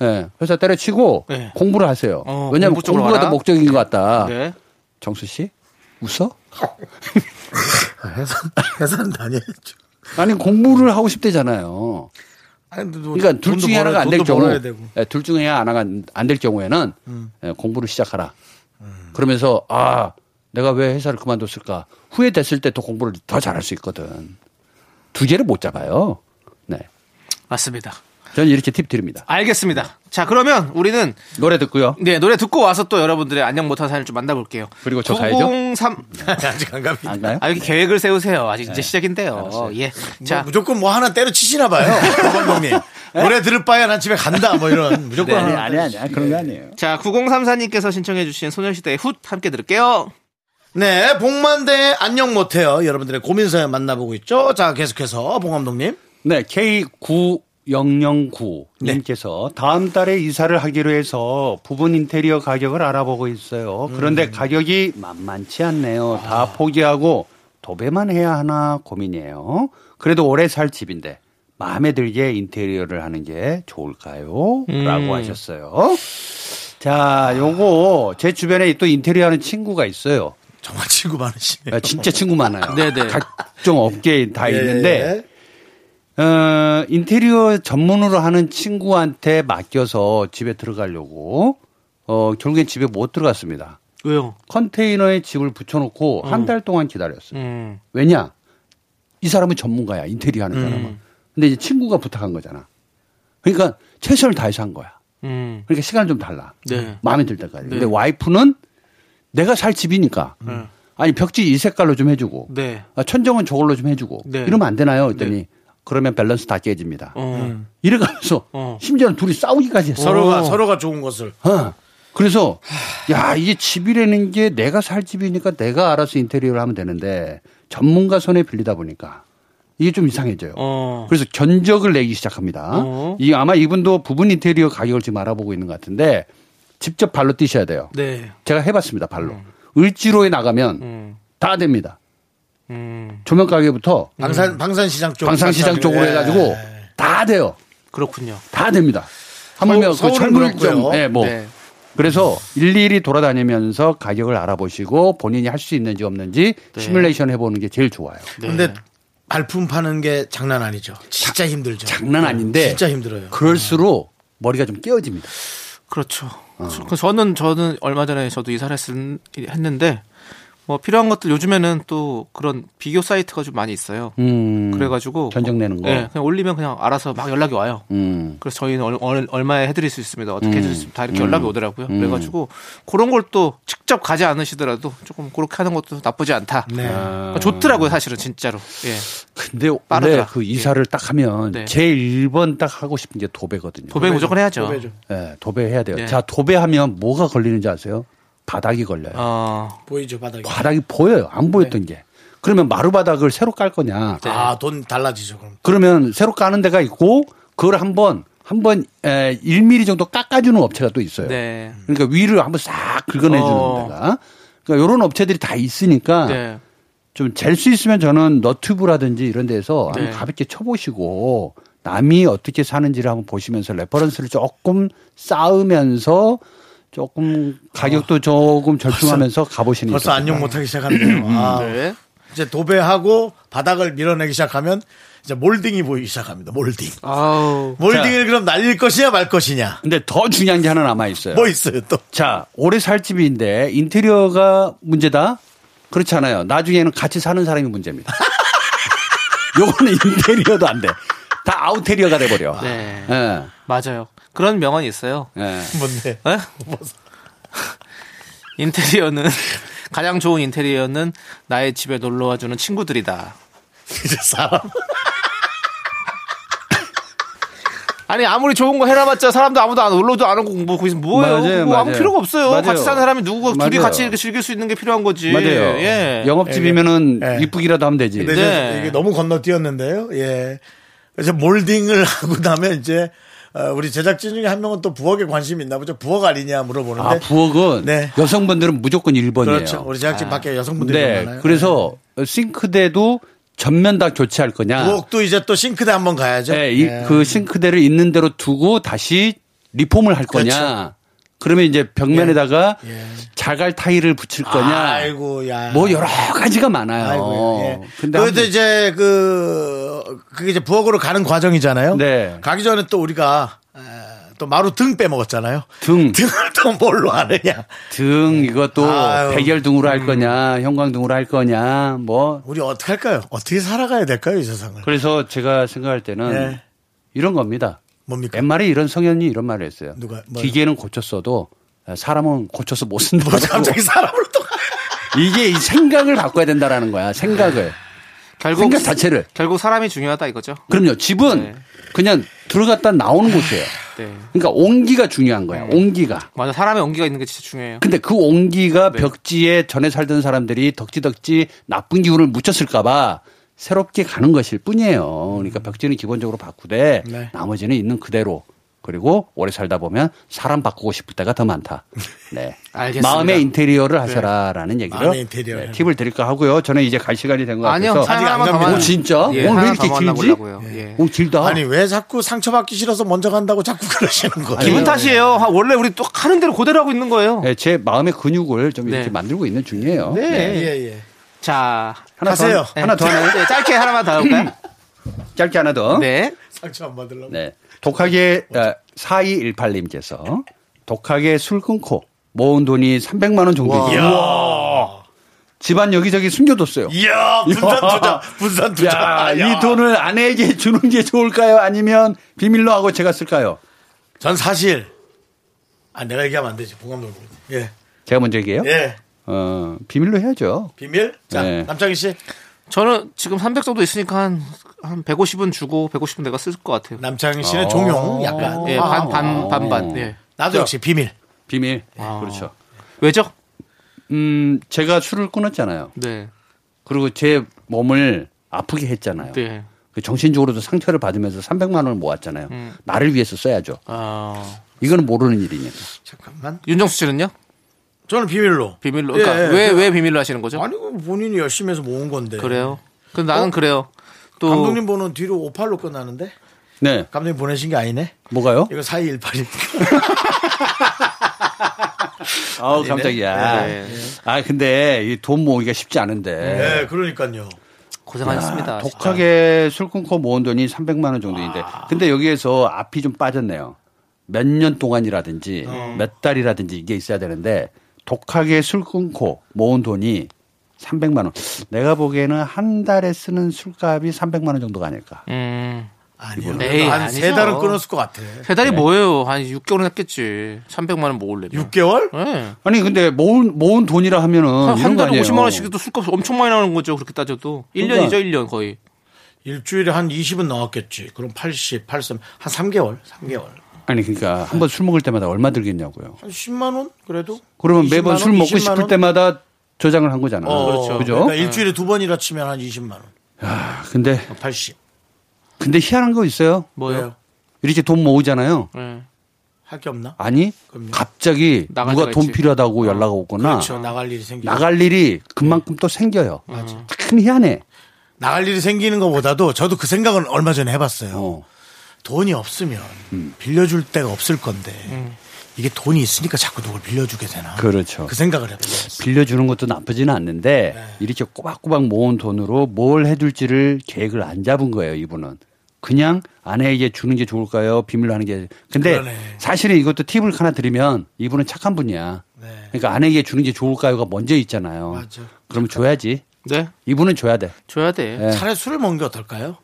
[SPEAKER 8] 예, 회사 때려치고
[SPEAKER 2] 네.
[SPEAKER 8] 공부를 하세요.
[SPEAKER 2] 어,
[SPEAKER 8] 왜냐하면
[SPEAKER 2] 공부 쪽으로
[SPEAKER 8] 공부가 더
[SPEAKER 2] 가라.
[SPEAKER 8] 목적인 것 같다.
[SPEAKER 2] 네.
[SPEAKER 8] 정수 씨 웃어?
[SPEAKER 1] 회사 회사는 다녀야죠.
[SPEAKER 8] 아니 공부를 하고 싶대잖아요.
[SPEAKER 1] 아니, 뭐
[SPEAKER 8] 그러니까 둘
[SPEAKER 1] 돈도
[SPEAKER 8] 중에
[SPEAKER 1] 벌어야-
[SPEAKER 8] 하나가 안 될
[SPEAKER 1] 돈도
[SPEAKER 8] 경우,
[SPEAKER 1] 벌어야 되고. *laughs*
[SPEAKER 8] 예, 둘 중에 하나가 안 될 경우에는
[SPEAKER 1] 음.
[SPEAKER 8] 예, 공부를 시작하라. 그러면서 아 내가 왜 회사를 그만뒀을까 후회됐을 때 또 공부를 더 잘할 수 있거든. 두 개를 못 잡아요. 네,
[SPEAKER 2] 맞습니다.
[SPEAKER 8] 저는 이렇게 팁 드립니다.
[SPEAKER 2] 알겠습니다. 자, 그러면 우리는
[SPEAKER 8] 노래 듣고요.
[SPEAKER 2] 네, 노래 듣고 와서 또 여러분들의 안녕 못한 사연을 좀 만나볼게요.
[SPEAKER 8] 그리고 저 가야죠? 네?
[SPEAKER 2] 903.
[SPEAKER 1] 아직 안 갑니다.
[SPEAKER 8] 안 가요?
[SPEAKER 2] 아, 이렇게 계획을 세우세요. 아직
[SPEAKER 8] 네.
[SPEAKER 2] 이제 시작인데요. 예. 자,
[SPEAKER 1] 무조건 뭐 하나 때려치시나 봐요. 감독님.
[SPEAKER 8] 네?
[SPEAKER 1] 노래 들을 바야 난 집에 간다. 뭐 이런 무조건
[SPEAKER 2] 네,
[SPEAKER 1] 하나
[SPEAKER 2] 아니, 아니,
[SPEAKER 8] 그런 거 아니에요.
[SPEAKER 2] 자, 9034님께서 신청해주신 소녀시대의 훗 함께 들을게요.
[SPEAKER 1] 네, 복만대 안녕 못해요. 여러분들의 고민사연 만나보고 있죠. 자, 계속해서 봉 감독님.
[SPEAKER 8] 네, K9009님께서 다음 달에 이사를 하기로 해서 부분 인테리어 가격을 알아보고 있어요. 그런데
[SPEAKER 11] 음.
[SPEAKER 8] 가격이 만만치 않네요. 다 포기하고 도배만 해야 하나 고민이에요. 그래도 오래 살 집인데 마음에 들게 인테리어를 하는 게 좋을까요?
[SPEAKER 10] 음.
[SPEAKER 8] 라고 하셨어요. 자, 요거 제 주변에 또 인테리어 하는 친구가 있어요.
[SPEAKER 1] 정말 친구 많으시네.
[SPEAKER 8] 진짜 친구 많아요. 네네. 각종 업계에 다
[SPEAKER 1] 예,
[SPEAKER 8] 아, 있는데 어, 인테리어 전문으로 하는 친구한테 맡겨서 집에 들어가려고 어, 결국엔 집에 못 들어갔습니다.
[SPEAKER 10] 왜요?
[SPEAKER 8] 컨테이너에 집을 붙여놓고 한 달 동안 기다렸어요.
[SPEAKER 10] 음.
[SPEAKER 8] 왜냐? 이 사람은 전문가야. 인테리어 하는 사람은. 근데 이제 친구가 부탁한 거잖아. 그러니까 최선을 다해서 한 거야.
[SPEAKER 10] 음.
[SPEAKER 8] 그러니까 시간이 좀 달라.
[SPEAKER 10] 네.
[SPEAKER 8] 마음에 들 때까지.
[SPEAKER 10] 네. 음.
[SPEAKER 8] 근데 와이프는 내가 살 집이니까. 아니 벽지 이 색깔로 좀 해주고
[SPEAKER 10] 네.
[SPEAKER 8] 아, 천정은 저걸로 좀 해주고
[SPEAKER 10] 네.
[SPEAKER 8] 이러면 안 되나요? 그랬더니 그러면 밸런스 다 깨집니다.
[SPEAKER 10] 음.
[SPEAKER 8] 이래가면서 심지어는 둘이 싸우기까지 했어.
[SPEAKER 1] 예, 서로가, 서로가 좋은 것을.
[SPEAKER 8] 어. 그래서 야 이게 집이라는 게 내가 살 집이니까 내가 알아서 인테리어를 하면 되는데 전문가 손에 빌리다 보니까 이게 좀 이상해져요. 그래서 견적을 내기 시작합니다.
[SPEAKER 10] 어.
[SPEAKER 8] 이 아마 이분도 부분 인테리어 가격을 지금 알아보고 있는 것 같은데 직접 발로 뛰셔야 돼요.
[SPEAKER 10] 네.
[SPEAKER 8] 제가 해봤습니다 발로. 을지로에 나가면 다 됩니다.
[SPEAKER 10] 음.
[SPEAKER 8] 조명 가게부터
[SPEAKER 1] 방산, 방산시장 쪽.
[SPEAKER 8] 음. 방산시장 쪽으로 해가지고
[SPEAKER 1] 예.
[SPEAKER 8] 다 돼요.
[SPEAKER 10] 그렇군요.
[SPEAKER 8] 다 됩니다. 하물며
[SPEAKER 1] 네. 서울- 서울은
[SPEAKER 8] 그 철물점,
[SPEAKER 1] 그렇고요.
[SPEAKER 8] 예, 뭐.
[SPEAKER 1] 네.
[SPEAKER 8] 그래서 일일이 돌아다니면서 가격을 알아보시고 본인이 할 수 있는지 없는지
[SPEAKER 1] 네.
[SPEAKER 8] 시뮬레이션 해보는 게 제일 좋아요.
[SPEAKER 1] 근데 발품 파는 게 장난 아니죠. 진짜 힘들죠. 예,
[SPEAKER 8] 장난 아닌데
[SPEAKER 1] 네. 진짜 힘들어요.
[SPEAKER 8] 그럴수록 머리가 좀 깨어집니다.
[SPEAKER 10] 그렇죠.
[SPEAKER 8] 어.
[SPEAKER 10] 저- 그 저는 저는 얼마 전에 저도 이사를 했- 했는데 뭐 필요한 것들 요즘에는 또 그런 비교 사이트가 좀 많이 있어요.
[SPEAKER 8] 음.
[SPEAKER 10] 그래가지고
[SPEAKER 8] 견적 내는 거.
[SPEAKER 10] 예, 그냥 올리면 그냥 알아서 막 연락이 와요.
[SPEAKER 8] 음.
[SPEAKER 10] 그래서 저희는 얼, 얼, 얼마에 해드릴 수 있습니다. 어떻게
[SPEAKER 8] 음.
[SPEAKER 10] 해드릴 수 있습니다. 이렇게
[SPEAKER 8] 음.
[SPEAKER 10] 연락이 오더라고요.
[SPEAKER 8] 음.
[SPEAKER 10] 그래가지고 그런 걸 또 직접 가지 않으시더라도 조금 그렇게 하는 것도 나쁘지 않다.
[SPEAKER 8] 아.
[SPEAKER 10] 그러니까 좋더라고요, 사실은 진짜로. 예.
[SPEAKER 8] 근데 원래
[SPEAKER 10] 빠르더라.
[SPEAKER 8] 그 이사를 딱 하면
[SPEAKER 10] 네.
[SPEAKER 8] 제일 1번 딱 하고 싶은 게 도배거든요.
[SPEAKER 10] 도배 도배죠. 무조건 해야죠. 도배죠.
[SPEAKER 8] 예, 도배해야 돼요.
[SPEAKER 10] 네.
[SPEAKER 8] 자, 도배하면 뭐가 걸리는지 아세요? 바닥이 걸려요.
[SPEAKER 10] 어,
[SPEAKER 1] 보이죠, 바닥에.
[SPEAKER 8] 바닥이 보여요. 안 보였던
[SPEAKER 1] 네.
[SPEAKER 8] 게. 그러면 마루바닥을 새로 깔 거냐?
[SPEAKER 1] 아, 돈 달라지죠, 그럼.
[SPEAKER 8] 그러면 새로 까는 데가 있고 그걸 한번 한번 에, 1mm 정도 깎아주는 업체가 또 있어요.
[SPEAKER 10] 네.
[SPEAKER 8] 그러니까 위를 한번 싹 긁어내주는
[SPEAKER 10] 어.
[SPEAKER 8] 데가. 그러니까 이런 업체들이 다 있으니까
[SPEAKER 10] 네.
[SPEAKER 8] 좀 잴 수 있으면 저는 너튜브라든지 이런 데서
[SPEAKER 10] 네.
[SPEAKER 8] 한번 가볍게 쳐보시고 남이 어떻게 사는지를 한번 보시면서 레퍼런스를 조금 쌓으면서 조금 가격도 조금 절충하면서 가보시는
[SPEAKER 1] 어.
[SPEAKER 8] 게
[SPEAKER 1] 벌써
[SPEAKER 8] 좋을
[SPEAKER 1] 안녕
[SPEAKER 8] 것
[SPEAKER 1] 못하기
[SPEAKER 8] 같아요.
[SPEAKER 1] 시작하네요.
[SPEAKER 8] 음.
[SPEAKER 1] 아, 이제 도배하고 바닥을 밀어내기 시작하면 이제 몰딩이 보이기 시작합니다. 몰딩. 몰딩을 그럼 날릴 것이냐 말 것이냐.
[SPEAKER 8] 근데 더 중요한 게 하나 남아 있어요.
[SPEAKER 1] 뭐 있어요 또?
[SPEAKER 8] 자, 오래 살 집인데 인테리어가 문제다? 그렇지 않아요. 나중에는 같이 사는 사람이 문제입니다. *laughs* 요거는 인테리어도 안 돼. 다 아우테리어가 돼버려.
[SPEAKER 10] 네.
[SPEAKER 8] 예.
[SPEAKER 10] 맞아요. 그런 명언이 있어요.
[SPEAKER 8] 예.
[SPEAKER 1] 뭔데?
[SPEAKER 10] *laughs* 인테리어는 가장 좋은 인테리어는 나의 집에 놀러 와주는 친구들이다.
[SPEAKER 1] 이제 사람.
[SPEAKER 10] *laughs* 아니 아무리 좋은 거 해놔봤자 사람도 아무도 안 놀러도 안 오고 뭐 거기서 뭐예요?
[SPEAKER 8] 맞아요,
[SPEAKER 10] 뭐 아무
[SPEAKER 8] 맞아요.
[SPEAKER 10] 필요가 없어요.
[SPEAKER 8] 맞아요.
[SPEAKER 10] 같이 사는 사람이 누구고 둘이
[SPEAKER 8] 맞아요.
[SPEAKER 10] 같이 이렇게 즐길 수 있는 게 필요한 거지.
[SPEAKER 8] 맞아요.
[SPEAKER 10] 예.
[SPEAKER 8] 영업집이면은
[SPEAKER 1] 예.
[SPEAKER 8] 이쁘기라도 하면 되지.
[SPEAKER 1] 근데 이제 이게 너무 건너뛰었는데요. 예. 그래서 몰딩을 *laughs* 하고 나면 이제 어, 우리 제작진 중에 한 명은 또 부엌에 관심이 있나 보죠. 부엌 아니냐 물어보는데.
[SPEAKER 8] 아, 부엌은 여성분들은 무조건 1번이에요.
[SPEAKER 1] 네. 그렇죠. 우리 제작진 밖에 여성분들이
[SPEAKER 8] 아. 네.
[SPEAKER 1] 많아요.
[SPEAKER 8] 그래서 싱크대도 전면 다 교체할 거냐?
[SPEAKER 1] 네. 부엌도 이제 또 싱크대 한번 가야죠.
[SPEAKER 8] 네, 이-
[SPEAKER 1] 예.
[SPEAKER 8] 그 싱크대를 있는 대로 두고 다시 리폼을 할
[SPEAKER 1] 그렇죠.
[SPEAKER 8] 거냐? 그러면 이제 벽면에다가 자갈 타일을 붙일 거냐?
[SPEAKER 1] 예. 아이고 야.
[SPEAKER 8] 뭐 여러 가지가 많아요.
[SPEAKER 1] 아이고요. 예.
[SPEAKER 8] 어, 근데
[SPEAKER 1] 그래도
[SPEAKER 8] 한-
[SPEAKER 1] 이제 그 그게 이제 부엌으로 가는 과정이잖아요.
[SPEAKER 8] 네.
[SPEAKER 1] 가기 전에 또 우리가 에, 또 마루 등 빼먹었잖아요.
[SPEAKER 8] 등
[SPEAKER 1] 등을 또 뭘로 하느냐.
[SPEAKER 8] 등 이것도
[SPEAKER 1] 아유. 음.
[SPEAKER 8] 백열 등으로 할 거냐, 형광 등으로 할 거냐, 뭐
[SPEAKER 1] 우리 어떻게 할까요? 어떻게 살아가야 될까요, 이 세상을?
[SPEAKER 8] 그래서 제가 생각할 때는
[SPEAKER 1] 네.
[SPEAKER 8] 이런 겁니다.
[SPEAKER 1] 뭡니까?
[SPEAKER 8] 옛말에 이런 성현이 이런 말을 했어요.
[SPEAKER 1] 누가, 뭐요?
[SPEAKER 8] 기계는 고쳤어도 사람은 고쳐서 못 쓴다고.
[SPEAKER 1] 뭐
[SPEAKER 8] 뭐.
[SPEAKER 1] 갑자기 사람을
[SPEAKER 8] 이게 이 생각을 바꿔야 된다라는 거야. 생각을.
[SPEAKER 10] 결국
[SPEAKER 8] 생각 자체를.
[SPEAKER 10] 결국 사람이 중요하다 이거죠.
[SPEAKER 8] 그럼요. 집은 그냥 들어갔다 나오는 곳이에요.
[SPEAKER 2] 네.
[SPEAKER 8] 그러니까 온기가 중요한 거야. 온기가.
[SPEAKER 2] 맞아 사람의 온기가 있는 게 진짜 중요해요.
[SPEAKER 8] 근데 그
[SPEAKER 2] 네.
[SPEAKER 8] 온기가 벽지에 전에 살던 사람들이 덕지덕지 나쁜 기운을 묻혔을까봐 새롭게 가는 것일 뿐이에요. 그러니까 벽지는 기본적으로 바꾸되
[SPEAKER 2] 음. 네.
[SPEAKER 8] 나머지는 있는 그대로 그리고 오래 살다 보면 사람 바꾸고 싶을 때가
[SPEAKER 2] *laughs*
[SPEAKER 8] 더 많다. 네.
[SPEAKER 2] 알겠습니다.
[SPEAKER 8] 마음의
[SPEAKER 2] 네.
[SPEAKER 8] 인테리어를 하셔라라는 얘기를
[SPEAKER 2] 마음의 인테리어를
[SPEAKER 8] 네, 팁을 드릴까 하고요. 저는 이제 갈 시간이 된 것 같아서
[SPEAKER 2] 아니요, 사연 하나만 더
[SPEAKER 8] 오,
[SPEAKER 2] 만나-
[SPEAKER 8] 진짜?
[SPEAKER 2] 예,
[SPEAKER 8] 오늘
[SPEAKER 2] 하나
[SPEAKER 8] 왜
[SPEAKER 2] 더
[SPEAKER 8] 이렇게 길지?
[SPEAKER 2] 만나보려고요. 예.
[SPEAKER 8] 오, 길다.
[SPEAKER 1] 아니 왜 자꾸 상처받기 싫어서 먼저 간다고 자꾸 *laughs* 그러시는 거예요?
[SPEAKER 2] 기분 탓이에요. 아, 원래 우리 또 하는 대로 그대로 하고 있는 거예요.
[SPEAKER 8] 네, 제 마음의 근육을 좀 이렇게 만들고 있는 중이에요.
[SPEAKER 2] 어. 네.
[SPEAKER 1] 예,
[SPEAKER 2] 자,
[SPEAKER 8] 예. 하나 더 하세요. 하나 더 하나요? 음.
[SPEAKER 2] 네, 짧게 하나만 더 할까요?
[SPEAKER 8] 짧게 하나 더.
[SPEAKER 2] 네.
[SPEAKER 1] 상처 안 받으려고.
[SPEAKER 8] 네. 독하게 어, 4218님께서 독하게 술 끊고 모은 돈이 300만 원 정도.
[SPEAKER 1] 와.
[SPEAKER 8] 있어요. 우와. 집안 여기저기 숨겨뒀어요.
[SPEAKER 1] 이야 분산 투자
[SPEAKER 8] 야.
[SPEAKER 1] 분산 투자.
[SPEAKER 8] 야,
[SPEAKER 1] 야.
[SPEAKER 8] 이 돈을 아내에게 주는 게 좋을까요? 아니면 비밀로 하고 제가 쓸까요?
[SPEAKER 1] 전 사실 아 내가 얘기하면 안 되지 봉감독. 예.
[SPEAKER 8] 제가 먼저 얘기해요.
[SPEAKER 1] 예.
[SPEAKER 8] 어, 비밀로 해야죠.
[SPEAKER 1] 비밀. 자
[SPEAKER 8] 네.
[SPEAKER 1] 남창희 씨
[SPEAKER 2] 저는 지금 300 정도 있으니까 한, 한 150은 주고 150은 내가 쓸 것 같아요.
[SPEAKER 1] 남창희 씨는 종용
[SPEAKER 8] 아.
[SPEAKER 1] 약간.
[SPEAKER 2] 예, 반, 반, 반, 반. 예.
[SPEAKER 1] 나도 역시 비밀.
[SPEAKER 8] 비밀.
[SPEAKER 2] 아.
[SPEAKER 8] 그렇죠.
[SPEAKER 2] 왜죠?
[SPEAKER 8] 음, 제가 술을 끊었잖아요.
[SPEAKER 2] 네.
[SPEAKER 8] 그리고 제 몸을 아프게 했잖아요.
[SPEAKER 2] 네.
[SPEAKER 8] 그 정신적으로도 상처를 받으면서 300만 원을 모았잖아요.
[SPEAKER 2] 음.
[SPEAKER 8] 나를 위해서 써야죠.
[SPEAKER 2] 아.
[SPEAKER 8] 이거는 모르는 일이니까.
[SPEAKER 1] 잠깐만.
[SPEAKER 2] 윤정수 씨는요?
[SPEAKER 1] 저는 비밀로.
[SPEAKER 2] 비밀로.
[SPEAKER 1] 예,
[SPEAKER 2] 그러니까
[SPEAKER 1] 예.
[SPEAKER 2] 왜, 왜 비밀로 하시는 거죠?
[SPEAKER 1] 아니 그건 본인이 열심히 해서 모은 건데.
[SPEAKER 2] 그래요. 근데 나는
[SPEAKER 1] 어?
[SPEAKER 2] 그래요. 또.
[SPEAKER 1] 감독님 번호는 뒤로 58로 끝나는데
[SPEAKER 8] 네.
[SPEAKER 1] 감독님 보내신 게 아니네.
[SPEAKER 8] 뭐가요?
[SPEAKER 2] 예.
[SPEAKER 1] 이거 4218입니다.
[SPEAKER 8] 아우 깜짝이야.
[SPEAKER 2] 네, 네.
[SPEAKER 8] 아 근데 이 돈 모으기가 쉽지 않은데.
[SPEAKER 1] 예, 그러니까요.
[SPEAKER 2] 고생하셨습니다. 아, 진짜. 아.
[SPEAKER 8] 독하게 술 끊고 모은 돈이 300만 원 정도인데. 근데 여기에서 앞이 좀 빠졌네요. 몇 년 동안이라든지
[SPEAKER 2] 어.
[SPEAKER 8] 몇 달이라든지 이게 있어야 되는데 독하게 술 끊고 모은 돈이 300만 원. 내가 보기에는 한 달에 쓰는 술값이 300만 원 정도가 아닐까.
[SPEAKER 2] 음.
[SPEAKER 1] 아니요.
[SPEAKER 2] 에이,
[SPEAKER 1] 한세
[SPEAKER 2] 아니죠.
[SPEAKER 1] 달은 끊었을 것 같아.
[SPEAKER 2] 세
[SPEAKER 8] 네.
[SPEAKER 2] 달이 뭐예요? 한 6개월은 했겠지. 300만 원 모으려면.
[SPEAKER 1] 6개월?
[SPEAKER 2] 예.
[SPEAKER 8] 아니 근데 모은 모은 돈이라 하면은
[SPEAKER 2] 한,
[SPEAKER 8] 어,
[SPEAKER 2] 한
[SPEAKER 8] 이런 거
[SPEAKER 2] 달에
[SPEAKER 8] 아니에요. 그러니까.
[SPEAKER 2] 50만 원씩도 술값 엄청 많이 나오는 거죠. 그렇게 따져도. 1년이죠, 1년 거의.
[SPEAKER 1] 일주일에 한 20은 나왔겠지. 그럼 80, 83, 한 3개월, 3개월.
[SPEAKER 8] 아니 그러니까 한 번 술 먹을 때마다 얼마 들겠냐고요.
[SPEAKER 1] 한 10만 원 그래도?
[SPEAKER 8] 그러면 매번
[SPEAKER 1] 20만
[SPEAKER 8] 술
[SPEAKER 1] 원,
[SPEAKER 8] 먹고
[SPEAKER 1] 20만
[SPEAKER 8] 싶을
[SPEAKER 1] 원?
[SPEAKER 8] 때마다 저장을 한 거잖아.
[SPEAKER 1] 어, 그
[SPEAKER 8] 그렇죠.
[SPEAKER 1] 러니까 일주일에 두 번이라 치면 한 20만 원.
[SPEAKER 8] 아, 근데
[SPEAKER 1] 80.
[SPEAKER 8] 근데 희한한 거 있어요.
[SPEAKER 2] 뭐예요?
[SPEAKER 8] 이렇게 돈 모으잖아요.
[SPEAKER 2] 예.
[SPEAKER 1] 할 게 없나?
[SPEAKER 8] 아니
[SPEAKER 1] 그럼요.
[SPEAKER 8] 갑자기
[SPEAKER 2] 나갈
[SPEAKER 8] 누가
[SPEAKER 2] 때가
[SPEAKER 8] 돈
[SPEAKER 2] 있지.
[SPEAKER 8] 필요하다고 연락 오거나
[SPEAKER 1] 그렇죠. 나갈 일이 생기고.
[SPEAKER 8] 나갈 일이 그만큼 또 생겨요. 참 희한해.
[SPEAKER 1] 나갈 일이 생기는 것보다도 저도 그 생각은 얼마 전에 해봤어요.
[SPEAKER 8] 어. 음.
[SPEAKER 1] 돈이 없으면 빌려줄 데가 없을 건데 이게 돈이 있으니까 자꾸 누굴 빌려주게 되나.
[SPEAKER 8] 그렇죠.
[SPEAKER 1] 그 생각을 해봤어요.
[SPEAKER 8] 빌려주는 것도 나쁘지는 않는데
[SPEAKER 1] 네.
[SPEAKER 8] 이렇게 꼬박꼬박 모은 돈으로 뭘 해줄지를 계획을 안 잡은 거예요 이분은 그냥 아내에게 주는 게 좋을까요 비밀로 하는 게 근데
[SPEAKER 1] 그러네.
[SPEAKER 8] 사실은 이것도 팁을 하나 드리면 이분은 착한 분이야
[SPEAKER 1] 네.
[SPEAKER 8] 그러니까 아내에게 주는 게 좋을까요가 먼저 있잖아요
[SPEAKER 1] 맞아.
[SPEAKER 8] 그럼 줘야지
[SPEAKER 2] 네.
[SPEAKER 8] 이분은 줘야 돼
[SPEAKER 2] 줘야 돼.
[SPEAKER 8] 네.
[SPEAKER 1] 차라리 술을 먹는 게
[SPEAKER 8] *laughs*
[SPEAKER 1] 어떨까요?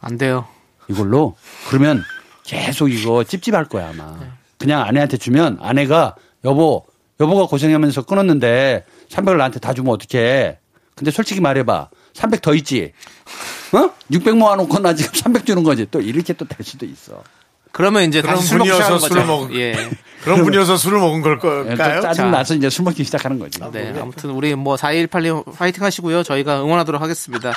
[SPEAKER 2] 안 돼요.
[SPEAKER 8] 이걸로 그러면 계속 이거 찝찝할 거야 아마 그냥 아내한테 주면 아내가 여보 여보가 고생하면서 끊었는데 300을 나한테 다 주면 어떡해 근데 솔직히 말해봐 300 더 있지 어? 600 모아놓고 나 지금 300 주는 거지 또 이렇게 또 될 수도 있어
[SPEAKER 2] 그러면 이제
[SPEAKER 1] 그런
[SPEAKER 2] 다시 술 먹기 시작하는
[SPEAKER 1] 분이어서
[SPEAKER 2] 거죠.
[SPEAKER 1] 술을 먹-
[SPEAKER 2] 예.
[SPEAKER 1] 그런 분이어서 술을 먹은 걸
[SPEAKER 8] 예, 또
[SPEAKER 1] 걸까요?
[SPEAKER 8] 짜증나서 이제 술 먹기 시작하는 거지
[SPEAKER 2] 네. 아무튼 우리 뭐 4181님 파이팅 하시고요. 저희가 응원하도록
[SPEAKER 8] *laughs*
[SPEAKER 2] 하겠습니다.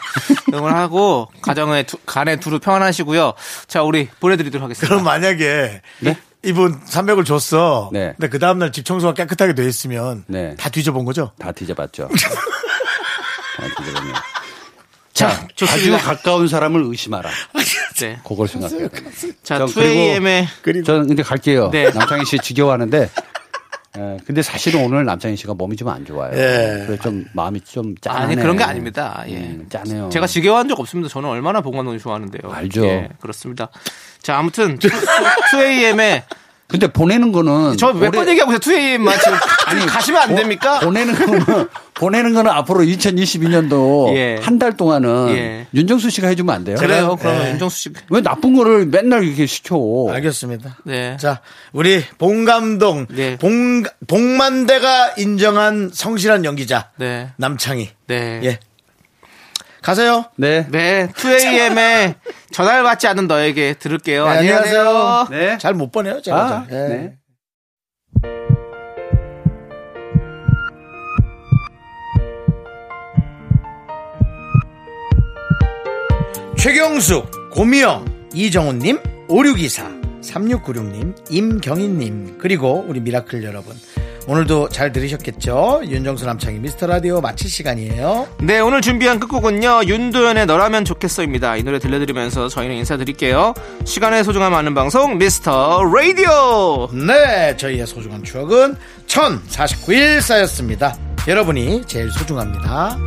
[SPEAKER 2] 응원하고 가정에 두, 간에 두루 평안하시고요. 자, 우리 보내 드리도록 하겠습니다.
[SPEAKER 1] *laughs* 그럼 만약에
[SPEAKER 8] 네?
[SPEAKER 1] 이분 300을 줬어.
[SPEAKER 8] 네.
[SPEAKER 1] 근데 그 다음날 집 청소가 깨끗하게 돼 있으면
[SPEAKER 8] 네.
[SPEAKER 1] 다 뒤져본 거죠?
[SPEAKER 8] 다
[SPEAKER 2] *laughs*
[SPEAKER 8] 뒤져봤죠 다 뒤져봤네요
[SPEAKER 2] 자,
[SPEAKER 8] 아주
[SPEAKER 2] 좋습니다.
[SPEAKER 8] 가까운 사람을 의심하라
[SPEAKER 2] 네.
[SPEAKER 8] 그걸 생각해요
[SPEAKER 2] 자,
[SPEAKER 8] 자,
[SPEAKER 2] 2AM의
[SPEAKER 8] 저는 근데 갈게요.
[SPEAKER 2] 네.
[SPEAKER 8] 남창희 씨 지겨워하는데. 에, 근데 사실은 오늘 남창희 씨가 몸이 좀 안 좋아요.
[SPEAKER 1] 예.
[SPEAKER 8] 그래서 좀 마음이 좀 짠해.
[SPEAKER 2] 아니 네, 그런 게 아닙니다. 예.
[SPEAKER 8] 음, 짠해요.
[SPEAKER 2] 제가 지겨워한 적 없습니다. 저는 얼마나 봉관동이 좋아하는데요.
[SPEAKER 8] 알죠.
[SPEAKER 2] 예, 그렇습니다. 자, 아무튼 2AM의
[SPEAKER 8] 근데 보내는 거는
[SPEAKER 2] 저 몇 번
[SPEAKER 8] 올해-
[SPEAKER 2] 얘기하고 있어요. 2AM만 지금 아니 가시면 안
[SPEAKER 8] 보-
[SPEAKER 2] 됩니까?
[SPEAKER 8] 보내는
[SPEAKER 2] *laughs*
[SPEAKER 8] 거는 보내는 거는 앞으로 2022년도
[SPEAKER 2] 예.
[SPEAKER 8] 한 달 동안은
[SPEAKER 2] 예.
[SPEAKER 8] 윤정수 씨가 해주면 안 돼요?
[SPEAKER 2] 그래요. 그러면
[SPEAKER 1] 예.
[SPEAKER 2] 윤정수 씨.
[SPEAKER 8] 왜 나쁜 거를 맨날 이렇게 시켜?
[SPEAKER 1] 알겠습니다.
[SPEAKER 2] 네.
[SPEAKER 1] 자, 우리 봉감동
[SPEAKER 2] 네.
[SPEAKER 1] 봉 봉만대가 인정한 성실한 연기자
[SPEAKER 2] 네.
[SPEAKER 1] 남창희.
[SPEAKER 2] 네.
[SPEAKER 1] 예. 가세요.
[SPEAKER 8] 네.
[SPEAKER 2] 네. 2AM에 전화를 받지 않은 너에게 들을게요.
[SPEAKER 1] 네,
[SPEAKER 2] 안녕하세요.
[SPEAKER 1] 안녕하세요.
[SPEAKER 8] 네.
[SPEAKER 1] 잘 못 보내요, 제가.
[SPEAKER 2] 아,
[SPEAKER 1] 잘. 예.
[SPEAKER 2] 네.
[SPEAKER 1] 최경숙, 고미영, 이정훈님, 5624, 3696님, 임경희님, 그리고 우리 미라클 여러분. 오늘도 잘 들으셨겠죠? 윤정수 남창희 미스터 라디오 마칠 시간이에요.
[SPEAKER 2] 네, 오늘 준비한 끝곡은요. 윤도현의 너라면 좋겠어입니다. 이 노래 들려드리면서 저희는 인사드릴게요. 시간의 소중함 아는 방송 미스터 라디오.
[SPEAKER 1] 네, 저희의 소중한 추억은 1049일 쌓였습니다. 여러분이 제일 소중합니다.